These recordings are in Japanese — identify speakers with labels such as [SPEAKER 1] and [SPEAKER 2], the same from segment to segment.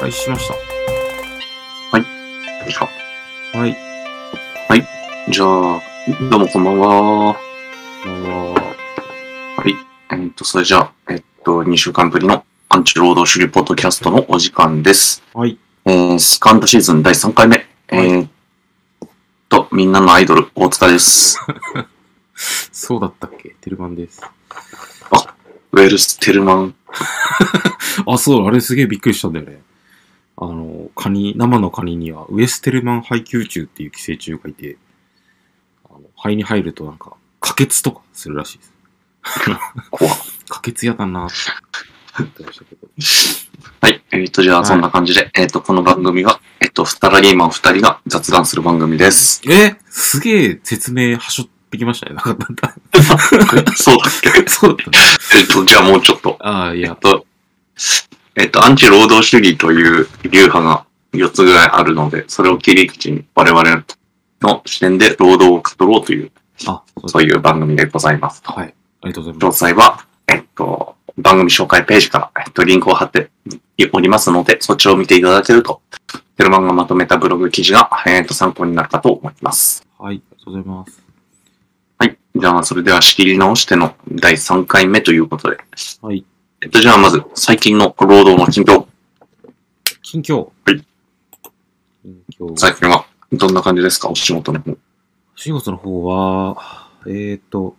[SPEAKER 1] 開始しまし
[SPEAKER 2] よいしょ
[SPEAKER 1] た。はい。
[SPEAKER 2] じゃあ、どうもこんばんは。
[SPEAKER 1] こんばんは
[SPEAKER 2] えっと、それじゃあ、えっと、2週間ぶりのアンチ労働主義ポッドキャストのお時間です。
[SPEAKER 1] はい。
[SPEAKER 2] えー、セカンドシーズン第3回目。えーっと、みんなのアイドル、大 塚です。
[SPEAKER 1] そうだったっけテルマンです。
[SPEAKER 2] ウェルス・テルマン。
[SPEAKER 1] あ、そう、あれすげえびっくりしたんだよね。あの、カニ、生のカニには、ウエステルマンハイキュウチュウっていう寄生虫がいて、あの肺に入るとなんか、可決とかするらしいです。
[SPEAKER 2] 怖っ
[SPEAKER 1] 可決やだ なって思ってましたけど。
[SPEAKER 2] はい。えーっと、じゃ
[SPEAKER 1] はい
[SPEAKER 2] あ、そんな感じで、えーっと、この番組は、えっと、サラリーマン2人が雑談する番組 です。
[SPEAKER 1] えすげえ説明はしょってきましたね。なんかだんだ
[SPEAKER 2] そうだっけ
[SPEAKER 1] んそうだったね。
[SPEAKER 2] えっと、じゃあもうちょっと。
[SPEAKER 1] ああ、い
[SPEAKER 2] えっ
[SPEAKER 1] や。
[SPEAKER 2] と、えっと、アンチ労働主義という流派が4つぐらいあるので、それを切り口に我々の視点で労働を語ろうという、
[SPEAKER 1] あ、そう
[SPEAKER 2] そういう番組でございます。
[SPEAKER 1] はい。ありがとうござい
[SPEAKER 2] 詳
[SPEAKER 1] ます。
[SPEAKER 2] 細は、えっと、番組紹介ページから、えっと、リンクを貼っておりますので、そっちを見ていただけると、テルマンがまとめたブログ記事が、えっと、参考になるかと思います。
[SPEAKER 1] はい。ありがとうございます。
[SPEAKER 2] はい。じゃあ、それでは仕切り直しての第3回目ということで。
[SPEAKER 1] はい。
[SPEAKER 2] えっと、じゃあ、まず、最近の労働の近況。
[SPEAKER 1] 近況。
[SPEAKER 2] はい。
[SPEAKER 1] 近況。
[SPEAKER 2] 最近は、どんな感じですかお仕事の方。
[SPEAKER 1] 4月の方は、えーっと、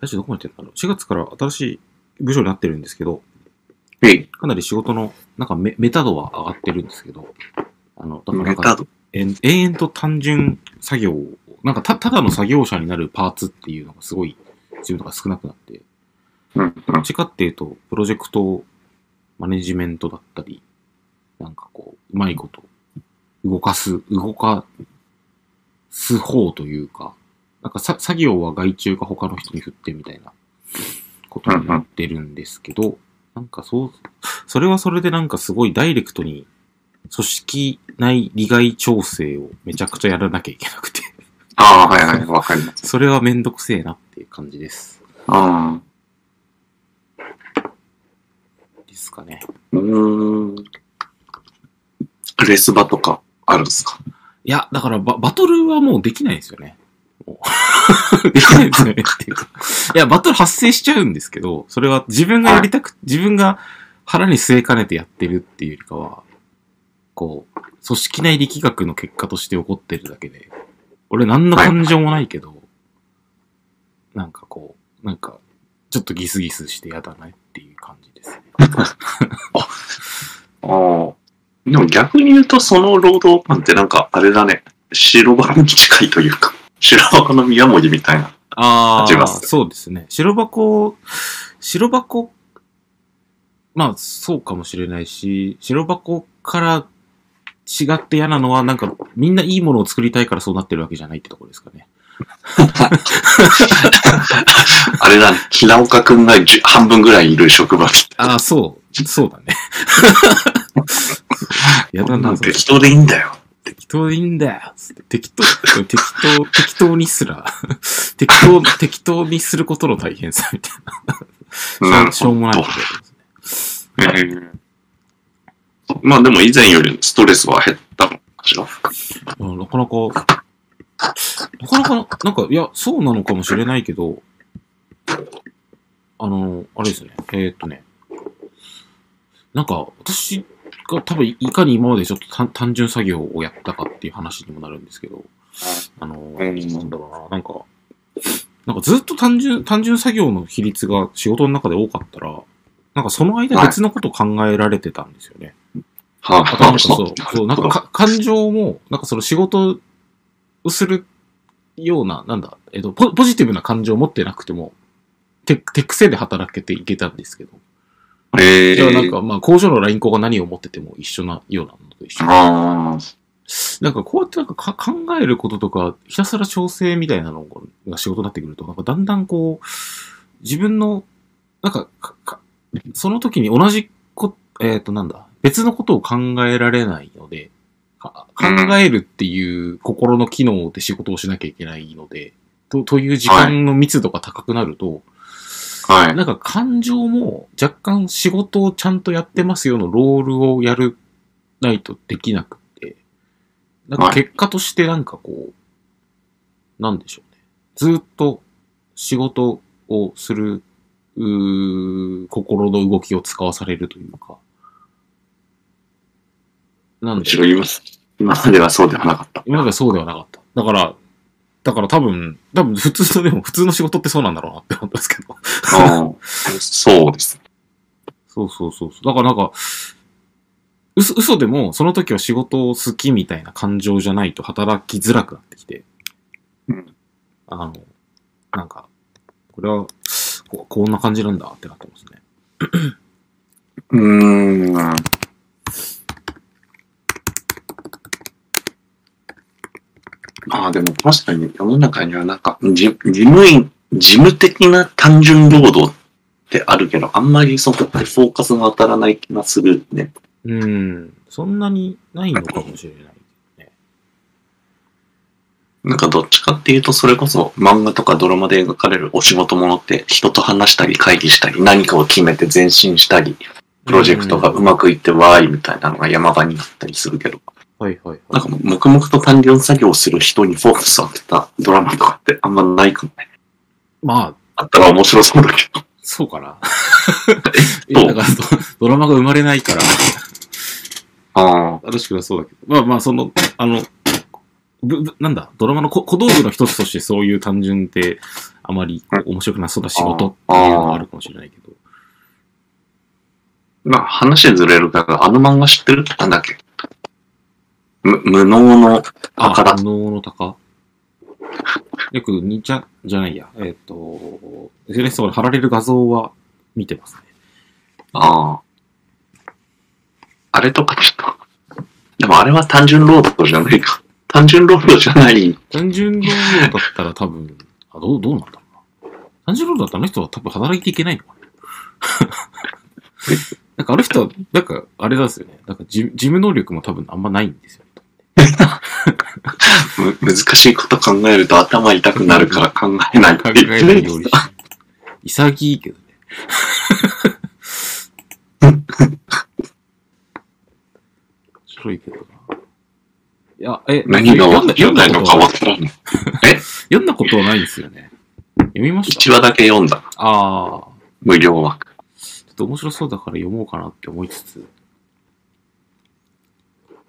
[SPEAKER 1] 来週どこまでやってんだろう ?4 月から新しい部署になってるんですけど、
[SPEAKER 2] え
[SPEAKER 1] かなり仕事の、なんかメメタ度は上がってるんですけど、あの、だからな
[SPEAKER 2] メ
[SPEAKER 1] ん
[SPEAKER 2] タ
[SPEAKER 1] か、
[SPEAKER 2] ド。
[SPEAKER 1] えん延々と単純作業を、なんかたただの作業者になるパーツっていうのがすごい、自分とか少なくなって、ど
[SPEAKER 2] うん、う
[SPEAKER 1] っ
[SPEAKER 2] ん。
[SPEAKER 1] ちかっていうと、プロジェクトマネジメントだったり、なんかこう、うまいこと、動かす、動かす方というか、なんかさ作業は外注か他の人に振ってみたいなことになってるんですけど、なんかそう、それはそれでなんかすごいダイレクトに組織内利害調整をめちゃくちゃやらなきゃいけなくて、
[SPEAKER 2] ああ、はいはい、わかります。
[SPEAKER 1] それはめんどくせえなっていう感じです。
[SPEAKER 2] あ
[SPEAKER 1] ですかね。
[SPEAKER 2] ーうーん。レスバとか、あるんですか
[SPEAKER 1] いや、だからババトルはもうできないんですよね。もうできないんですよねっていうか。 いや、バトル発生しちゃうんですけど、それは自分がやりたく、自分が腹に据えかねてやってるっていうよりかは、こう、組織内力学の結果として起こってるだけで、俺何の感情もないけど、なんかこう、なんか、ちょっとギスギスしてやだなっていう感じですね。
[SPEAKER 2] ああ。でも逆に言うと、その労働パンってなんか、あれだね。白箱に近いというか、白箱の宮森みたいな。
[SPEAKER 1] あ
[SPEAKER 2] 立ちま
[SPEAKER 1] あ、
[SPEAKER 2] す
[SPEAKER 1] そうですね。白箱、白箱、まあそうかもしれないし、白箱から違って嫌なのは、なんかみんないいものを作りたいからそうなってるわけじゃないってところですかね。
[SPEAKER 2] あれだね。平岡くんがじゅ半分ぐらいいる職場みたいな。
[SPEAKER 1] ああ、そう、そうだ ね。やだ
[SPEAKER 2] な
[SPEAKER 1] な、
[SPEAKER 2] ん
[SPEAKER 1] そ
[SPEAKER 2] て
[SPEAKER 1] れ
[SPEAKER 2] 適当でいいんだよ。
[SPEAKER 1] 適当でいいんだよ。つって適当、適当、適当にすら、適当、適当にすることの大変さみたい
[SPEAKER 2] なるほ
[SPEAKER 1] な。
[SPEAKER 2] ど
[SPEAKER 1] しょうもないことですね。
[SPEAKER 2] えーまあでも以前よりストレスは減ったのかしら。
[SPEAKER 1] うんなかなか、なかなか、なんか、いや、そうなのかもしれないけど、あの、あれですね、えーっとね、なんか、私が多分、いかに今までちょっと単単純作業をやったかっていう話にもなるんですけど、あの、
[SPEAKER 2] ん
[SPEAKER 1] なんだろうな、なんか、なんかずっと単純、単純作業の比率が仕事の中で多かったら、なんかその間別のことを考えられてたんですよね。
[SPEAKER 2] は
[SPEAKER 1] あとなんかそう、そうなんかか感情も、なんかその仕事をするような、なんだ、えっと、ポポジティブな感情を持ってなくても、手、手癖で働けていけたんですけど。
[SPEAKER 2] え
[SPEAKER 1] じゃあなん
[SPEAKER 2] ー、
[SPEAKER 1] か、まあ、工場のライン工が何を持ってても一緒なようなのと一緒。
[SPEAKER 2] あー
[SPEAKER 1] なんかこうやってなんかか考えることとか、ひたすら調整みたいなのが仕事になってくると、なんかだんだんこう、自分の、なんか、かかその時に同じこ、えっ、となんだ、別のことを考えられないので、か考えるっていう心の機能で仕事をしなきゃいけないので、とという時間の密度が高くなると、
[SPEAKER 2] はい。
[SPEAKER 1] なんか感情も若干仕事をちゃんとやってますよのロールをやるないとできなくて、なんか
[SPEAKER 2] はい
[SPEAKER 1] 結果としてなんかこう、なんでしょうね。ずっと仕事をする、うー心の動きを使わされるというか。なん
[SPEAKER 2] む
[SPEAKER 1] で
[SPEAKER 2] しろ今、今まではそうではなかった。
[SPEAKER 1] 今まではそうではなかった。だから、だから多分、多分普通の、でも普通の仕事ってそうなんだろうなって思ったんですけど。
[SPEAKER 2] うんそうですね。
[SPEAKER 1] そうそうそうそう。だからなんか、嘘、嘘でも、その時は仕事を好きみたいな感情じゃないと働きづらくなってきて、
[SPEAKER 2] うん
[SPEAKER 1] あの、なんか、これは、ここんな感じなんだってなってますね。
[SPEAKER 2] うーん。まあでも確かに世の中にはなんか、じ事務員、事務的な単純労働ってあるけど、あんまりそこってフォーカスが当たらない気がするね。
[SPEAKER 1] うん。そんなにないのかもしれない。
[SPEAKER 2] なんかどっちかっていうとそれこそ漫画とかドラマで描かれるお仕事ものって人と話したり会議したり何かを決めて前進したりプロジェクトがうまくいってわーいみたいなのが山場になったりするけど、
[SPEAKER 1] うん。はいはい
[SPEAKER 2] な
[SPEAKER 1] は
[SPEAKER 2] んかもう黙々と単純作業をする人にフォーカスを当てたドラマとかってあんまないかもね。
[SPEAKER 1] い。まあ、
[SPEAKER 2] あったら面白そうだけど。
[SPEAKER 1] そうかな。 い
[SPEAKER 2] どう
[SPEAKER 1] や、だからド、ドラマが生まれないから、
[SPEAKER 2] あ
[SPEAKER 1] 確かにそうだけど。まあまあ、その、あの、ぶぶなんだ、ドラマのこ小道具の一つとしてそういう単純って、あまりこう面白くなそうな仕事っていうのはあるかもしれないけど。
[SPEAKER 2] まあ話ずれるけど、あの漫画知ってるなんだっけむ無能の
[SPEAKER 1] あ、
[SPEAKER 2] 宝
[SPEAKER 1] 無能の鷹よく、にちゃ、じゃないや。えっ、と、SNS とかに貼られる画像は見てますね。
[SPEAKER 2] ああ。あれとかちょっと。でもあれは単純労働じゃないか。単純労働じゃない。
[SPEAKER 1] 単純労働だったら多分、あ、どう、どうなんだろうな。単純労働だったらあの人は多分働いていけないの かな。なんかあの人は、なんかあれなんですよね。なんか事事務能力も多分あんまないんですよね。
[SPEAKER 2] む難しいこと考えると頭痛くなるから考えない
[SPEAKER 1] 考えないようにし。潔いけど ね。面白いけどな。いや、え、
[SPEAKER 2] 何が
[SPEAKER 1] 読んだ
[SPEAKER 2] 読んだ
[SPEAKER 1] 読んだ
[SPEAKER 2] のか
[SPEAKER 1] ことは
[SPEAKER 2] 分からない。
[SPEAKER 1] 読んだことはないんですよね。読みました
[SPEAKER 2] 1話だけ読んだ。
[SPEAKER 1] ああ。
[SPEAKER 2] 無料枠。
[SPEAKER 1] ちょっと面白そうだから読もうかなって思いつつ。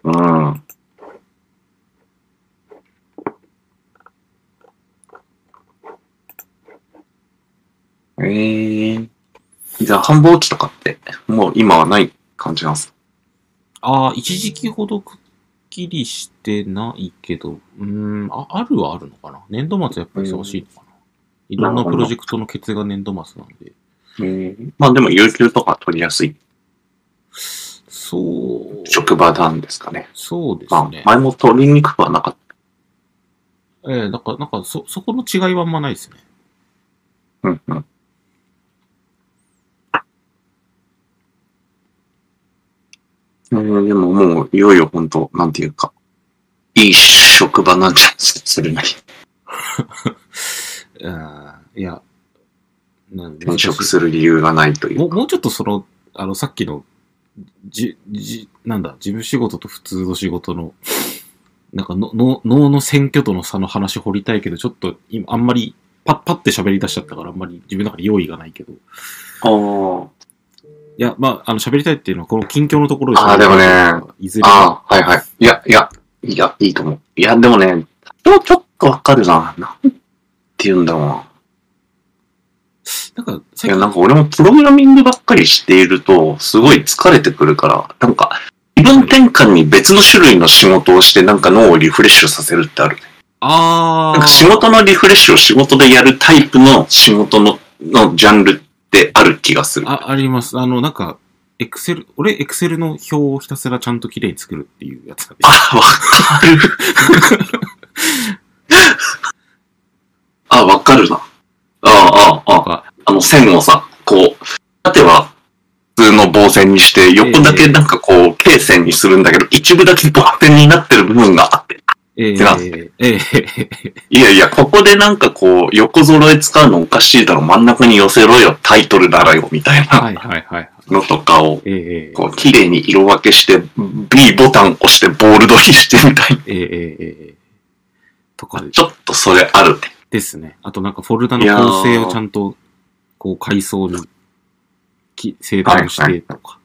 [SPEAKER 2] うん。えー。じゃあ、繁忙期とかって、もう今はない感じなんですか
[SPEAKER 1] ああ、一時期ほどくっきりしてないけど、うーん、あ、あるはあるのかな。年度末やっぱり忙しいのかな。いろんなプロジェクトのケツが年度末なんで。
[SPEAKER 2] うん。まあでも、有給とか取りやすい
[SPEAKER 1] そう、
[SPEAKER 2] 職場なんですかね。
[SPEAKER 1] そうで
[SPEAKER 2] ますあ
[SPEAKER 1] ね、。
[SPEAKER 2] 前も取りにくくはなかっ
[SPEAKER 1] ええなんか、なんか、そ、そこの違いはあんまないですね。
[SPEAKER 2] た。うんうん。えーでももう、いよいよ本当なんていうか、いい職場なんじゃないですか、それなり。
[SPEAKER 1] うん、いや、なんで
[SPEAKER 2] 転職する理由がないとい
[SPEAKER 1] も
[SPEAKER 2] う。
[SPEAKER 1] う、もうちょっとその、あの、さっきの、じ、じ、なんだ、事務仕事と普通の仕事の、なんかの、の、脳の選挙との差の話掘りたいけど、ちょっと、今、あんまり、パッパって喋り出しちゃったから、あんまり自分の中で用意がないけど。い
[SPEAKER 2] あ
[SPEAKER 1] や、まあ、あの、喋りたいっていうのは、この近況のところ
[SPEAKER 2] あーでもね、
[SPEAKER 1] いずれ、
[SPEAKER 2] あー、はいはい。いや、いや、いや、いいと思う。いや、でもね、ちょちょっとわかるな。なんて言うんだろうな。
[SPEAKER 1] なんか、
[SPEAKER 2] い
[SPEAKER 1] 最
[SPEAKER 2] や、
[SPEAKER 1] 近、
[SPEAKER 2] なんか俺もプログラミングばっかりしていると、すごい疲れてくるから、なんか、気分転換に別の種類の仕事をして、なんか脳をリフレッシュさせるってある。
[SPEAKER 1] あ
[SPEAKER 2] なんか仕
[SPEAKER 1] ー、
[SPEAKER 2] 事のリフレッシュを仕事でやるタイプの仕事の、のジャンルってある気がする。
[SPEAKER 1] あ、あります。あの、なんか、エクセル、俺、エクセルの表をひたすらちゃんと綺麗に作るっていうやつなんです
[SPEAKER 2] あ、わかる。あ、わかるな。ああ、あ
[SPEAKER 1] と
[SPEAKER 2] あ、
[SPEAKER 1] か、
[SPEAKER 2] あの線をさ、こう、縦は普通の棒線にして、横だけなんかこう、罫線にするんだけど、一部だけ棒線になってる部分があって、
[SPEAKER 1] えええ
[SPEAKER 2] てな
[SPEAKER 1] ええ
[SPEAKER 2] いやいや、ここでなんかこう、横揃え使うのおかしいだろ、真ん中に寄せろよ、タイトルならよ、みたいな
[SPEAKER 1] はいはいはい。
[SPEAKER 2] のとかを、
[SPEAKER 1] えええ
[SPEAKER 2] こう、綺麗に色分けして、B ボタン押して、ボールドにしてみたい
[SPEAKER 1] ええええええとか
[SPEAKER 2] な。ちょっとそれあるね。
[SPEAKER 1] ですね。あとなんかフォルダの構成をちゃんと、こう、階層に、き整頓してとか。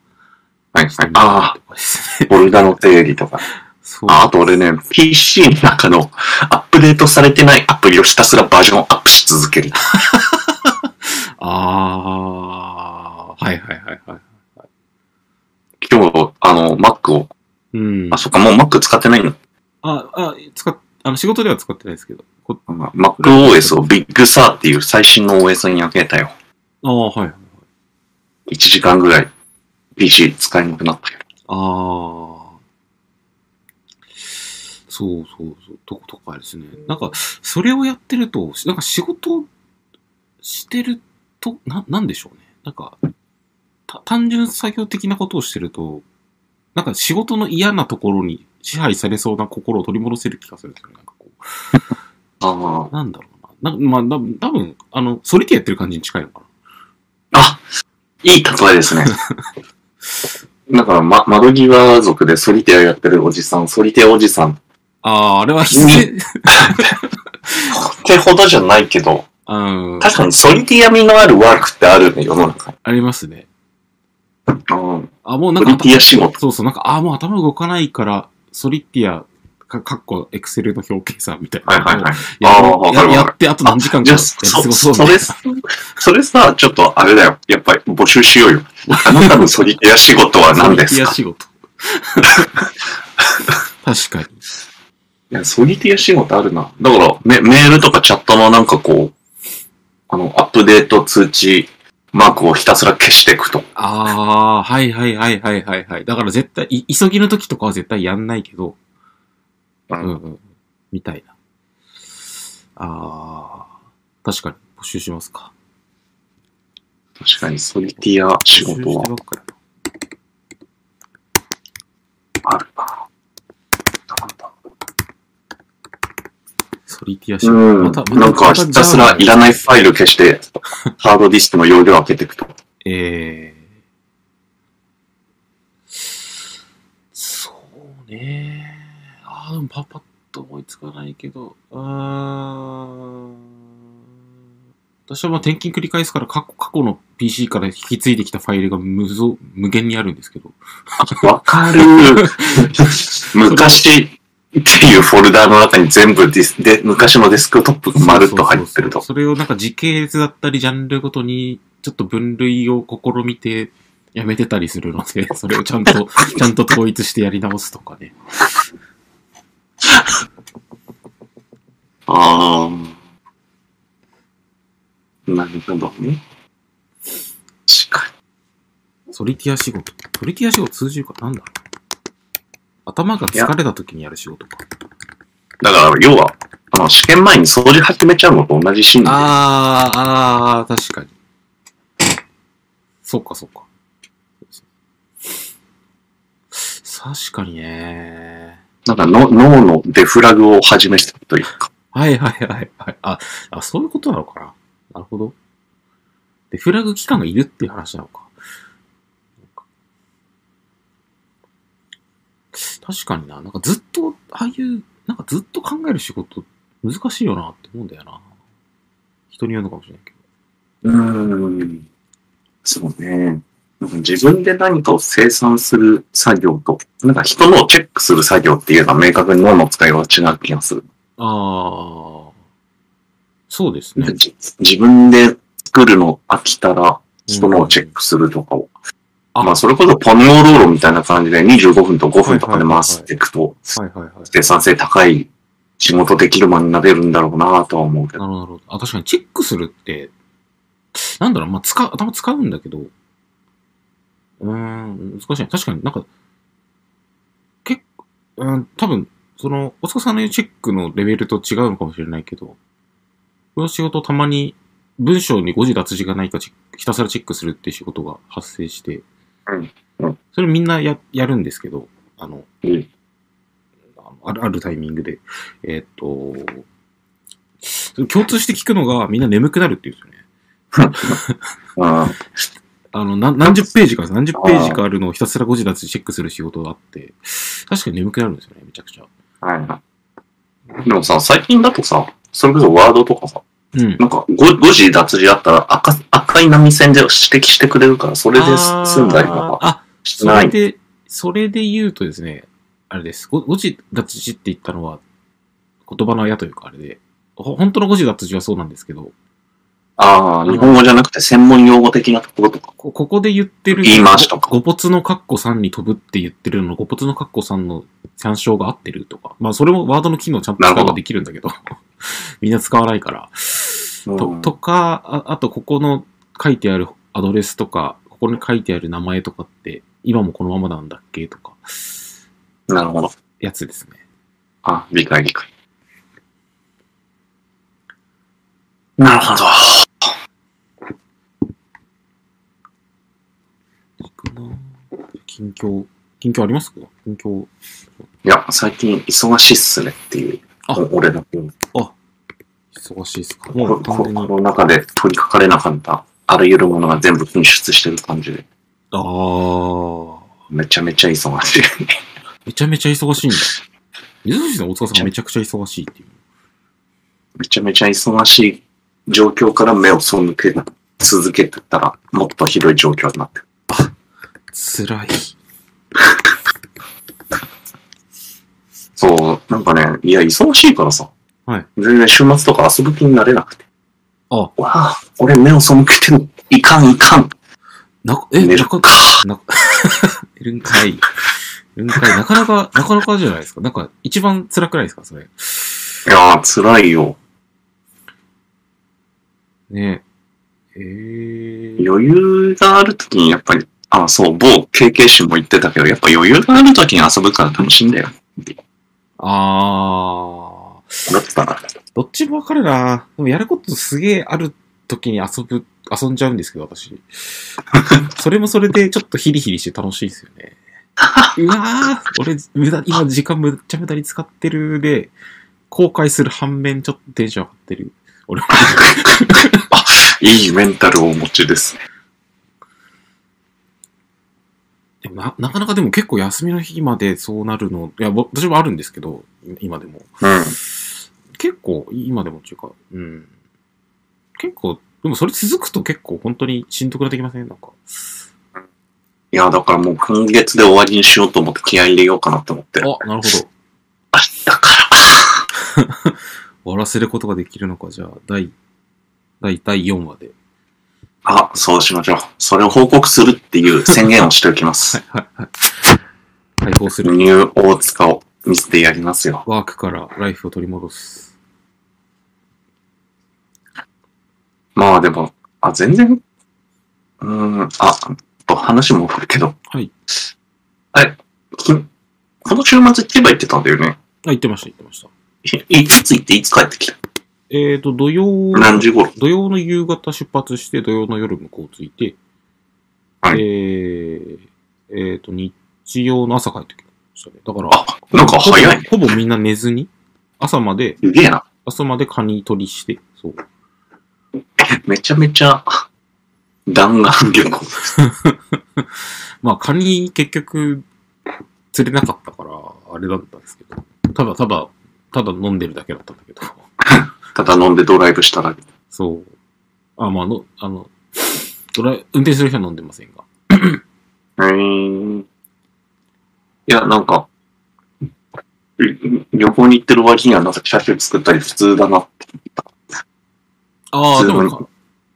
[SPEAKER 2] はい
[SPEAKER 1] してみたり
[SPEAKER 2] あ
[SPEAKER 1] とかですね。
[SPEAKER 2] あ、ボルダの定義とか。
[SPEAKER 1] そう。
[SPEAKER 2] ああと俺ね、PC の中のアップデートされてないアプリをひたすらバージョンアップし続ける。
[SPEAKER 1] あーはいはいはいはい。
[SPEAKER 2] 今日、あの、Mac を、
[SPEAKER 1] うん。
[SPEAKER 2] あ、そっか、もう Mac 使ってないの。
[SPEAKER 1] あ、あ、使っ、あの、仕事では使ってないですけど。こ
[SPEAKER 2] うん MacOS を Big Sur っていう最新の OS に上げたよ。
[SPEAKER 1] ああ、はい。
[SPEAKER 2] 1時間ぐらい PC 使えなくなったけど。
[SPEAKER 1] ああ。そうそうそう。とことかですね。なんか、それをやってると、なんか仕事してると、な、なんでしょうね。なんか、た単純作業的なことをしてると、なんか仕事の嫌なところに支配されそうな心を取り戻せる気がするんですよね。なんかこ
[SPEAKER 2] あ
[SPEAKER 1] う、なんだろうな。なんまあ、た多分あの、ソリティやってる感じに近いのかな。
[SPEAKER 2] あ、いい例えです ね。だから、ま、窓際族でソリティアやってるおじさん、ソリティアおじさんっ
[SPEAKER 1] ああ、あれは必然。
[SPEAKER 2] てほどじゃないけど、
[SPEAKER 1] うん。
[SPEAKER 2] 確かにソリティア味のあるワークってあるね、世の中に。
[SPEAKER 1] ありますね。
[SPEAKER 2] うん。
[SPEAKER 1] あ、もうな
[SPEAKER 2] ソ
[SPEAKER 1] んか
[SPEAKER 2] リティア仕事。
[SPEAKER 1] そうそう、なんか、ああ、もう頭動かないから、ソリティア、かかっこ、エクセルの表計算みたいな。
[SPEAKER 2] はいはいはい。
[SPEAKER 1] や
[SPEAKER 2] あーわかるわかる
[SPEAKER 1] ややって、あと何時間か
[SPEAKER 2] じゃ
[SPEAKER 1] や
[SPEAKER 2] あ、
[SPEAKER 1] り過
[SPEAKER 2] そ、
[SPEAKER 1] ごそう
[SPEAKER 2] それ、それさ、ちょっとあれだよ。やっぱり募集しようよ。あなたのソリティア仕事は何で す
[SPEAKER 1] ソリティア
[SPEAKER 2] か
[SPEAKER 1] 仕事。確かに。
[SPEAKER 2] いや、ソリティア仕事あるな。だからメ、メールとかチャットのなんかこう、あの、アップデート通知マークをひたすら消していくと。
[SPEAKER 1] ああ、はいはいはいはいはいはい。だから絶対、い急ぎの時とかは絶対やんないけど、
[SPEAKER 2] う
[SPEAKER 1] うんう。ん。みたいな。ああ、確かに、募集しますか。
[SPEAKER 2] 確かに、ソリティア仕事
[SPEAKER 1] 募集し
[SPEAKER 2] は
[SPEAKER 1] てばっかりだ
[SPEAKER 2] あるな。なんだ
[SPEAKER 1] ソリティア仕事。
[SPEAKER 2] うん。
[SPEAKER 1] またまた
[SPEAKER 2] なんか、ひたすらいらないファイル消して、ハードディスクの容量を開けていくと。
[SPEAKER 1] えー、そうね。ああ、でもパパッと思いつかないけど、うーん。私はまあ転勤繰り返すから過去過去の PC から引き継いできたファイルが無ぞ無限にあるんですけど。
[SPEAKER 2] わかる。 昔っていうフォルダーの中に全部ディスで、昔のデスクトップがまるっと入
[SPEAKER 1] そ
[SPEAKER 2] ってる
[SPEAKER 1] うそうそう
[SPEAKER 2] と。
[SPEAKER 1] それをなんか時系列だったりジャンルごとにちょっと分類を試みてやめてたりするので、それをち ゃんと、ちゃんと統一してやり直すとかね。
[SPEAKER 2] ああ。なるほどね。確か
[SPEAKER 1] ソリティア仕事。ソリティア仕事通じるかなんだろう頭が疲れた時にやる仕事か。
[SPEAKER 2] に。だから、要は、あの、試験前に掃除始めちゃうのと同じ心理。
[SPEAKER 1] あー、あー、確かに。そうか、そうか。確かにね。
[SPEAKER 2] なんかの、脳のデフラグを始めてたというか。
[SPEAKER 1] はいはいはいはい。あ、あそういうことなのかな。なるほど。で、フラグ期間がいるっていう話なのか。確かにな。なんかずっと、ああいう、なんかずっと考える仕事、難しいよなって思うんだよな。人によるのかもしれないけど。
[SPEAKER 2] うーん。そうね。なんか自分で何かを生産する作業と、なんか人のをチェックする作業っていうのは明確に脳の使いは違う気がする。
[SPEAKER 1] ああ。そうですね。
[SPEAKER 2] じ自分で作るの飽きたら、人のをチェックするとかを。
[SPEAKER 1] あ
[SPEAKER 2] まあ、それこそポニオロールみたいな感じで25分と5分とかで回していくと、
[SPEAKER 1] はいはいはい。
[SPEAKER 2] 生産性高い仕事できるマンになれるんだろうなとは思うけど。
[SPEAKER 1] なるほど、なるほど。あ、確かにチェックするって、なんだろう、まあ、使う、頭使うんだけど、うーん、難しいな。確かになんか、結構、うん、多分、その、お塚さんの言うチェックのレベルと違うのかもしれないけど、この仕事たまに文章に誤字脱字がないかチェックひたすらチェックするっていう仕事が発生して、
[SPEAKER 2] うんうん
[SPEAKER 1] それみんなや、やるんですけど、あの、
[SPEAKER 2] うん
[SPEAKER 1] あある、あるタイミングで、えーっと、その共通して聞くのがみんな眠くなるっていうんですよね。
[SPEAKER 2] うん。
[SPEAKER 1] あの、な何十ページか、何十ページかあるのをひたすらゴジラチェックする仕事があって、確かに眠くなるんですよね、めちゃくちゃ。
[SPEAKER 2] はい。でもさ、最近だとさ、それこそワードとかさ、
[SPEAKER 1] うん。
[SPEAKER 2] なんか5、5時脱字だったら赤赤い波線で指摘してくれるから、それで済んだりと
[SPEAKER 1] あ
[SPEAKER 2] か
[SPEAKER 1] ーあ、
[SPEAKER 2] し
[SPEAKER 1] そ
[SPEAKER 2] な
[SPEAKER 1] れ
[SPEAKER 2] い。
[SPEAKER 1] で、それで言うとですね、あれです。ゴゴジ脱字って言ったのは、言葉のあやというかあれで、ほ本当のゴジ脱字はそうなんですけど、
[SPEAKER 2] ああ、日本語じゃなくて専門用語的なところとか。
[SPEAKER 1] こここで言ってる、
[SPEAKER 2] 言い回しとか
[SPEAKER 1] ごごぽつのカッコさんに飛ぶって言ってるの、ごぽつのカッコさんの参照が合ってるとか、まあそれもワードの機能ちゃんと使え
[SPEAKER 2] なる
[SPEAKER 1] ば
[SPEAKER 2] ほど
[SPEAKER 1] できるんだけど、 みんな使わないから。
[SPEAKER 2] うん
[SPEAKER 1] ととかあ、あとここの書いてあるアドレスとか、ここに書いてある名前とかって、今もこのままなんだっけとか、
[SPEAKER 2] なるほど。
[SPEAKER 1] やつですね。
[SPEAKER 2] あ、理解理解。なるほど。
[SPEAKER 1] 行くな近況、近況ありますか近況。
[SPEAKER 2] いや、最近忙しいっすねっていう。
[SPEAKER 1] あ
[SPEAKER 2] 俺のこ
[SPEAKER 1] 忙しいですかも
[SPEAKER 2] こ
[SPEAKER 1] う完全
[SPEAKER 2] コ
[SPEAKER 1] に。
[SPEAKER 2] ロナ禍で取り掛かれなかったあらゆるものが全部噴出してる感じで、
[SPEAKER 1] あー。
[SPEAKER 2] めちゃめちゃ忙しい。
[SPEAKER 1] めちゃめちゃ忙しいんだ。水口さん、大塚さんがめちゃくちゃ忙しいっていう。
[SPEAKER 2] めちゃめちゃ忙しい状況から目を背け続けてたら、もっとひどい状況になってる。
[SPEAKER 1] 辛い。
[SPEAKER 2] そう、なんかね、いや、忙しいからさ。
[SPEAKER 1] はい
[SPEAKER 2] 全然週末とか遊ぶ気になれなくて。
[SPEAKER 1] あ
[SPEAKER 2] わあ、俺目を背けてもいかんいかん。
[SPEAKER 1] なか、え、
[SPEAKER 2] 寝る
[SPEAKER 1] な か、なか、寝るんかい。寝るんかい。なかなか、なかなかじゃないですか。なんか、一番辛くないですか、それ。
[SPEAKER 2] いやー、辛いよ。
[SPEAKER 1] ねえ。えー。
[SPEAKER 2] 余裕があるときにやっぱり、あ、そう、某経験者も言ってたけど、やっぱ余裕があるときに遊ぶから楽しいんだよ。
[SPEAKER 1] あー。
[SPEAKER 2] だったら。
[SPEAKER 1] どっちもわかるなでもやることすげえある時に遊ぶ、遊んじゃうんですけど、私。それもそれでちょっとヒリヒリして楽しいですよね。うわー俺、無駄、今時間むっちゃ無駄に使ってるで、後悔する反面ちょっとテンション上がってる。俺も。
[SPEAKER 2] いいメンタルをお持ちですね。
[SPEAKER 1] でもななかなかでも結構休みの日までそうなるの、いや、ぼ私もあるんですけど、今でも。
[SPEAKER 2] うん。
[SPEAKER 1] 結構、今でもっていうか、うん。結構、でもそれ続くと結構本当にしんどくなってきませんなんか。
[SPEAKER 2] いや、だからもう今月で終わりにしようと思って気合い入れようかなと思って。
[SPEAKER 1] あ、なるほど。
[SPEAKER 2] 明日から。
[SPEAKER 1] 終わらせることができるのか、じゃあ、第、第、第4話で。
[SPEAKER 2] あ、そうしましょう。それを報告するっていう宣言をしておきま
[SPEAKER 1] は
[SPEAKER 2] す
[SPEAKER 1] い。、はい、はい。解放する。
[SPEAKER 2] ニュー大塚を見せてやりますよ。
[SPEAKER 1] ワークからライフを取り戻す。
[SPEAKER 2] まあでも、あ、全然、うーん、あ、と話も振るけど。
[SPEAKER 1] はい。
[SPEAKER 2] あれ、きこの週末千葉行ってたんだよね。
[SPEAKER 1] あ、言ってました、言ってました。
[SPEAKER 2] いいつ行っていつ帰ってきた
[SPEAKER 1] えーと、土曜、
[SPEAKER 2] 何時頃
[SPEAKER 1] 土曜の夕方出発して、土曜の夜向こう着いて、
[SPEAKER 2] はい
[SPEAKER 1] えー、えーと、日曜の朝帰ってきましたね。だから、
[SPEAKER 2] あ、なんか
[SPEAKER 1] ほぼ
[SPEAKER 2] 早いね。
[SPEAKER 1] ほぼみんな寝ずに、朝まで、
[SPEAKER 2] すげえな。
[SPEAKER 1] 朝までカニ取りして、そう。
[SPEAKER 2] めちゃめちゃ、弾丸旅行。
[SPEAKER 1] まあ、カニ結局、釣れなかったから、あれだったんですけど。ただ、ただ、ただ飲んでるだけだったんだけど。
[SPEAKER 2] ただ飲んでドライブしただけ。
[SPEAKER 1] そう。あ、まあ、の、あの、ドライ、運転する人は飲んでませんが。
[SPEAKER 2] うーん。いや、なんか、旅行に行ってる割には、なんか車種作ったり普通だな。
[SPEAKER 1] ああ、
[SPEAKER 2] 普
[SPEAKER 1] で
[SPEAKER 2] 通の
[SPEAKER 1] もか、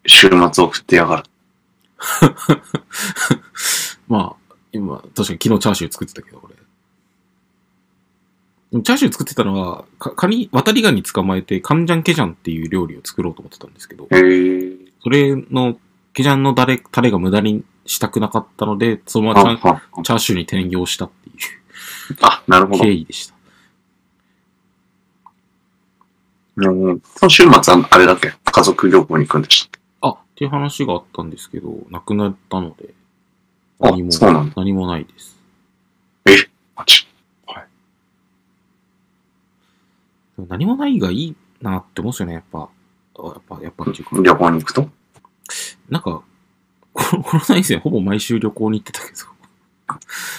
[SPEAKER 2] 週末を振ってやがる。
[SPEAKER 1] まあ、今、確かに昨日チャーシュー作ってたけど、俺。でもチャーシュー作ってたのは、かカニ、渡りガニ捕まえて、カンジャンケジャンっていう料理を作ろうと思ってたんですけど。
[SPEAKER 2] へえ。
[SPEAKER 1] それの、ケジャンの誰、タレが無駄にしたくなかったので、そのまま
[SPEAKER 2] あ
[SPEAKER 1] チ
[SPEAKER 2] あ
[SPEAKER 1] ャチャーシューに転用したっていう
[SPEAKER 2] あ、なるほど。
[SPEAKER 1] 経緯でした。
[SPEAKER 2] うん今週末はあれだっけ家族旅行に行くんでしたっけ
[SPEAKER 1] あ、っていう話があったんですけど、なくなったので、
[SPEAKER 2] あ
[SPEAKER 1] 何も、
[SPEAKER 2] そうなんだ
[SPEAKER 1] 何もないです。
[SPEAKER 2] マジ。
[SPEAKER 1] はい何もないがいいなって思うんですよね、やっぱ。あやっぱ、やっぱっていうか。
[SPEAKER 2] 旅行に行くと
[SPEAKER 1] なんか、この、この以前ほぼ毎週旅行に行ってたけど、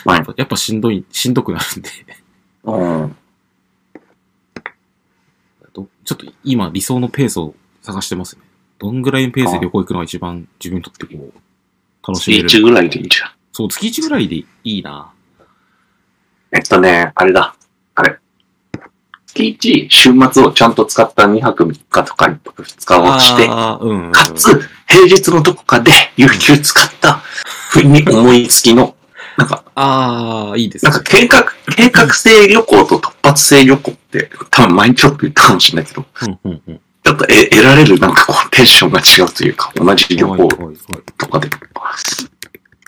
[SPEAKER 2] はい
[SPEAKER 1] やっぱやっぱしんどい、しんどくなるんで、
[SPEAKER 2] うん。
[SPEAKER 1] どちょっと今理想のペースを探してますね。どんぐらいのペースで旅行行くのが一番自分にとってこう、楽しめる。
[SPEAKER 2] 月1ぐらいでいいんじゃん。
[SPEAKER 1] そう、月1ぐらいでいいな。
[SPEAKER 2] えっとね、あれだ。あれ。月1、週末をちゃんと使った2泊3日とか1泊2日をして、
[SPEAKER 1] あー、うん、うん。
[SPEAKER 2] かつ、平日のどこかで有給使ったふうに思いつきの、なんか、
[SPEAKER 1] ああ、いいです
[SPEAKER 2] な
[SPEAKER 1] ね
[SPEAKER 2] んか。計画、計画性旅行と突発性旅行って、多分前にちょっと言ったかもしれないけど、
[SPEAKER 1] うん、うん、うん。
[SPEAKER 2] ちょっとえ得られるなんかこうテンションが違うというか、同じ旅
[SPEAKER 1] はい、は
[SPEAKER 2] 行
[SPEAKER 1] い、はい。
[SPEAKER 2] とかで。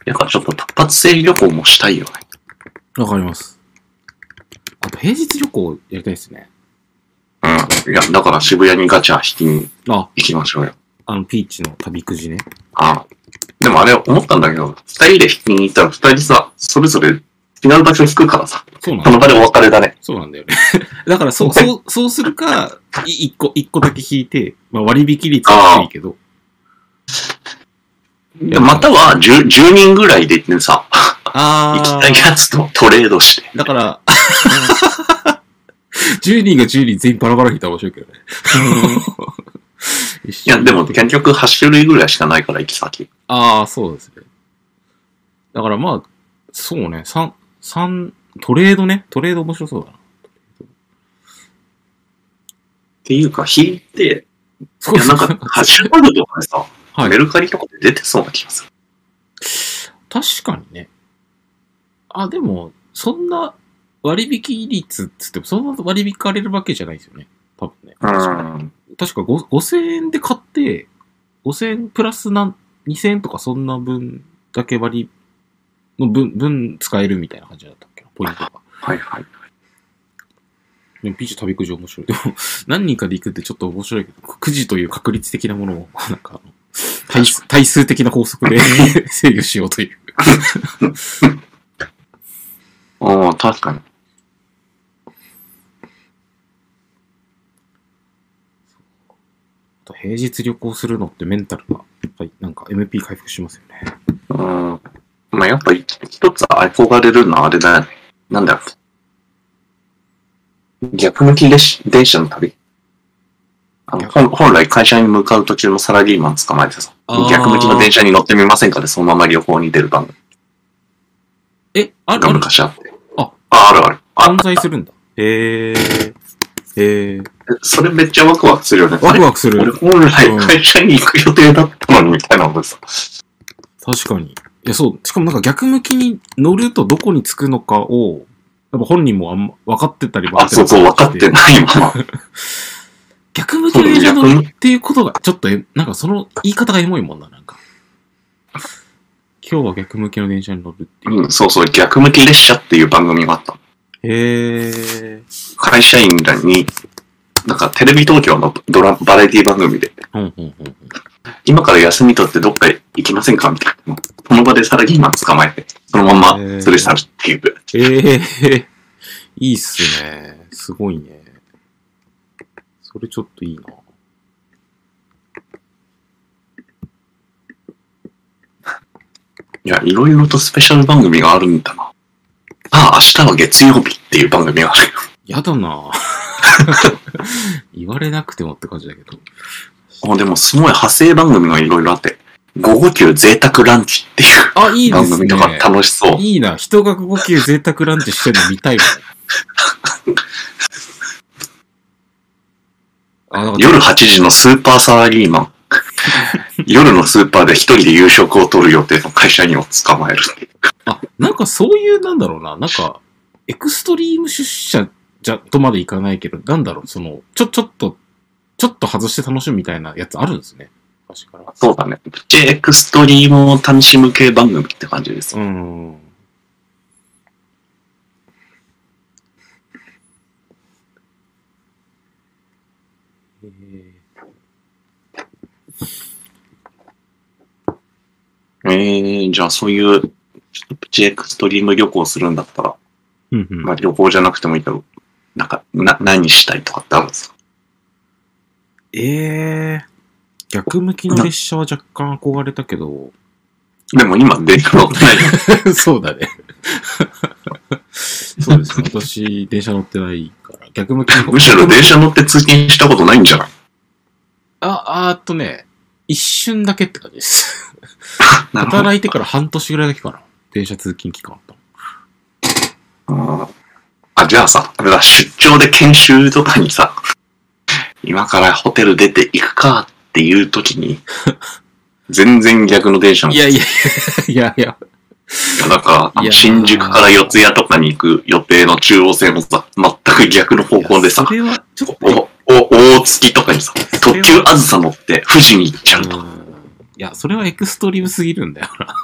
[SPEAKER 2] やっぱちょっと突発性旅行もしたいよね。
[SPEAKER 1] わかります。あと、平日旅行やりたいですね。
[SPEAKER 2] うん。いや、だから渋谷にガチャ引きに
[SPEAKER 1] あ、
[SPEAKER 2] 行きましょうよ。
[SPEAKER 1] あの、ピーチの旅くじね。
[SPEAKER 2] あでもあれ思ったんだけど、二人で引きに行ったら二人さ、それぞれ違う場所引くからさ、
[SPEAKER 1] そうなん
[SPEAKER 2] そ
[SPEAKER 1] だ
[SPEAKER 2] の場でお別れだね。
[SPEAKER 1] そうなんだよね。 だから、そう、そう、そうするか、い一個、一個だけ引いて、まあ、割引率はいいけど。いや
[SPEAKER 2] または10、10人ぐらいで行ってさ、行き
[SPEAKER 1] あ
[SPEAKER 2] たいやつとトレードして。
[SPEAKER 1] ー、だから、10人 が10人全員バラバラにいたら面白いけどね。
[SPEAKER 2] い
[SPEAKER 1] い
[SPEAKER 2] や、でも結局8種類ぐらいしかないから行き先。
[SPEAKER 1] ああ、そうですね。だからまあ、そうね、三、三、トレードね。トレード面白そうだな。
[SPEAKER 2] っていうか、引いて、
[SPEAKER 1] そ
[SPEAKER 2] いや、なんか、ハッシュタグとかでさ、
[SPEAKER 1] はい
[SPEAKER 2] メルカリとかで出てそうな気がする。
[SPEAKER 1] 確かにね。あ、でも、そんな割引率っつっても、そんな割引かれるわけじゃないですよね。多分ね。
[SPEAKER 2] うん。
[SPEAKER 1] 確かご5000円で買って、5000円プラスなん2000円とかそんな分だけ割の分、分使えるみたいな感じだったっけな、ポイントが。
[SPEAKER 2] はいはい。
[SPEAKER 1] でもピーチ旅くじ面白い。でも、何人かで行くってちょっと面白いけど、くくじという確率的なも のを、なんかあの、対数対数的な法則 で制御しようという。
[SPEAKER 2] ああ、確かに。
[SPEAKER 1] あと平日旅行するのってメンタルが、やっぱりなんか MP 回復しますよね。
[SPEAKER 2] うん。まあ、やっぱ一一つ憧れるのはあれだよね。なんだろう。逆向き列車電車の旅あの
[SPEAKER 1] 逆
[SPEAKER 2] 本本来会社に向かう途中のサラリーマン捕まえてさ
[SPEAKER 1] あー、
[SPEAKER 2] 逆向きの電車に乗ってみませんかで、そのまま旅行に出る番組
[SPEAKER 1] え、ある
[SPEAKER 2] が
[SPEAKER 1] ある
[SPEAKER 2] 昔あって。
[SPEAKER 1] あ
[SPEAKER 2] あ、あるある。あ
[SPEAKER 1] 存、在するんだ。へえー。へえー。
[SPEAKER 2] それめっちゃワクワクするよね。
[SPEAKER 1] ワクワクす
[SPEAKER 2] あれ俺
[SPEAKER 1] る。
[SPEAKER 2] 本来会社に行く予定だったのにみたいなことさ。
[SPEAKER 1] 確かに。いや、そう。しかもなんか逆向きに乗るとどこに着くのかを、やっぱ本人もあんま分かってたり
[SPEAKER 2] あ、そうそう、分かってないまま。
[SPEAKER 1] 逆向きの映像のっていうことが、ちょっとえ、なんかその言い方がエモいもんな、なんか。今日は逆向きの電車に乗るっていう。
[SPEAKER 2] うん、そうそう、逆向き列車っていう番組があったの。
[SPEAKER 1] へえ。
[SPEAKER 2] 会社員らに、なんかテレビ東京のドラバラエティ番組で、
[SPEAKER 1] うんうんうんうん。
[SPEAKER 2] 今から休み取ってどっかへ行きませんかみたいな。その場でサラリーマン捕まえて、そのまま連れ去るっていう。
[SPEAKER 1] ええいいっすね。すごいね。それちょっといいな。
[SPEAKER 2] いや、いろいろとスペシャル番組があるんだな。ああ、明日は月曜日っていう番組があるよ。
[SPEAKER 1] やだな 言われなくてもって感じだけど。
[SPEAKER 2] あでもすごい派生番組がいろいろあって、午後休贅沢ランチっていう
[SPEAKER 1] あ、いいで
[SPEAKER 2] 番
[SPEAKER 1] す
[SPEAKER 2] 組
[SPEAKER 1] ね
[SPEAKER 2] と。か楽しそう。
[SPEAKER 1] いいな。人が5級贅沢ランチしてるの見たいわ。 あ、なんか
[SPEAKER 2] 夜8時のスーパーサラリー マン。夜のスーパーで一人で夕食を取る予定の会社員を捕まえるっていう。
[SPEAKER 1] あ、なんかそういう、なんだろうな、なんか、エクストリーム出社じゃ、とまでいかないけど、なんだろう、その、ちょ、ちょっと、ちょっと外して楽しむみたいなやつあるんですね。昔から。
[SPEAKER 2] そうだね。プチエクストリームを楽しむ系番組って感じです。
[SPEAKER 1] うん。えー
[SPEAKER 2] えー、じゃあそういう、ちょっとプチエクストリーム旅行するんだったら、
[SPEAKER 1] うんうん
[SPEAKER 2] まあ旅行じゃなくてもいいけど、なんか、な、何したいとかってあるんですか
[SPEAKER 1] ええ逆向きの列車は若干憧れたけど、
[SPEAKER 2] でも今、電車乗ってない よ。
[SPEAKER 1] そうだね。 そうですね。私、電車乗ってないから、逆向きの。
[SPEAKER 2] むしろ電車乗って通勤したことないんじゃない
[SPEAKER 1] あ、あーっとね、一瞬だけって感じです。
[SPEAKER 2] なるほど。
[SPEAKER 1] 働いてから半年ぐらいだけかな。電車通勤期間あったの。
[SPEAKER 2] あーあ、じゃあさ、あれだ、出張で研修とかにさ、今からホテル出て行くかっていう 時に、全然逆の電車の
[SPEAKER 1] いやいやいや、いやいや。
[SPEAKER 2] なんか、あ
[SPEAKER 1] い
[SPEAKER 2] の
[SPEAKER 1] や
[SPEAKER 2] 新宿から四谷とかに行く予定の中央線もさ、全く逆の方向でさ
[SPEAKER 1] そ、れは、ちょっ
[SPEAKER 2] お
[SPEAKER 1] と。
[SPEAKER 2] お大月とかにさ、特急あずさ乗って富士に行っちゃうと。
[SPEAKER 1] うんいや、それはエクストリームすぎるんだよな。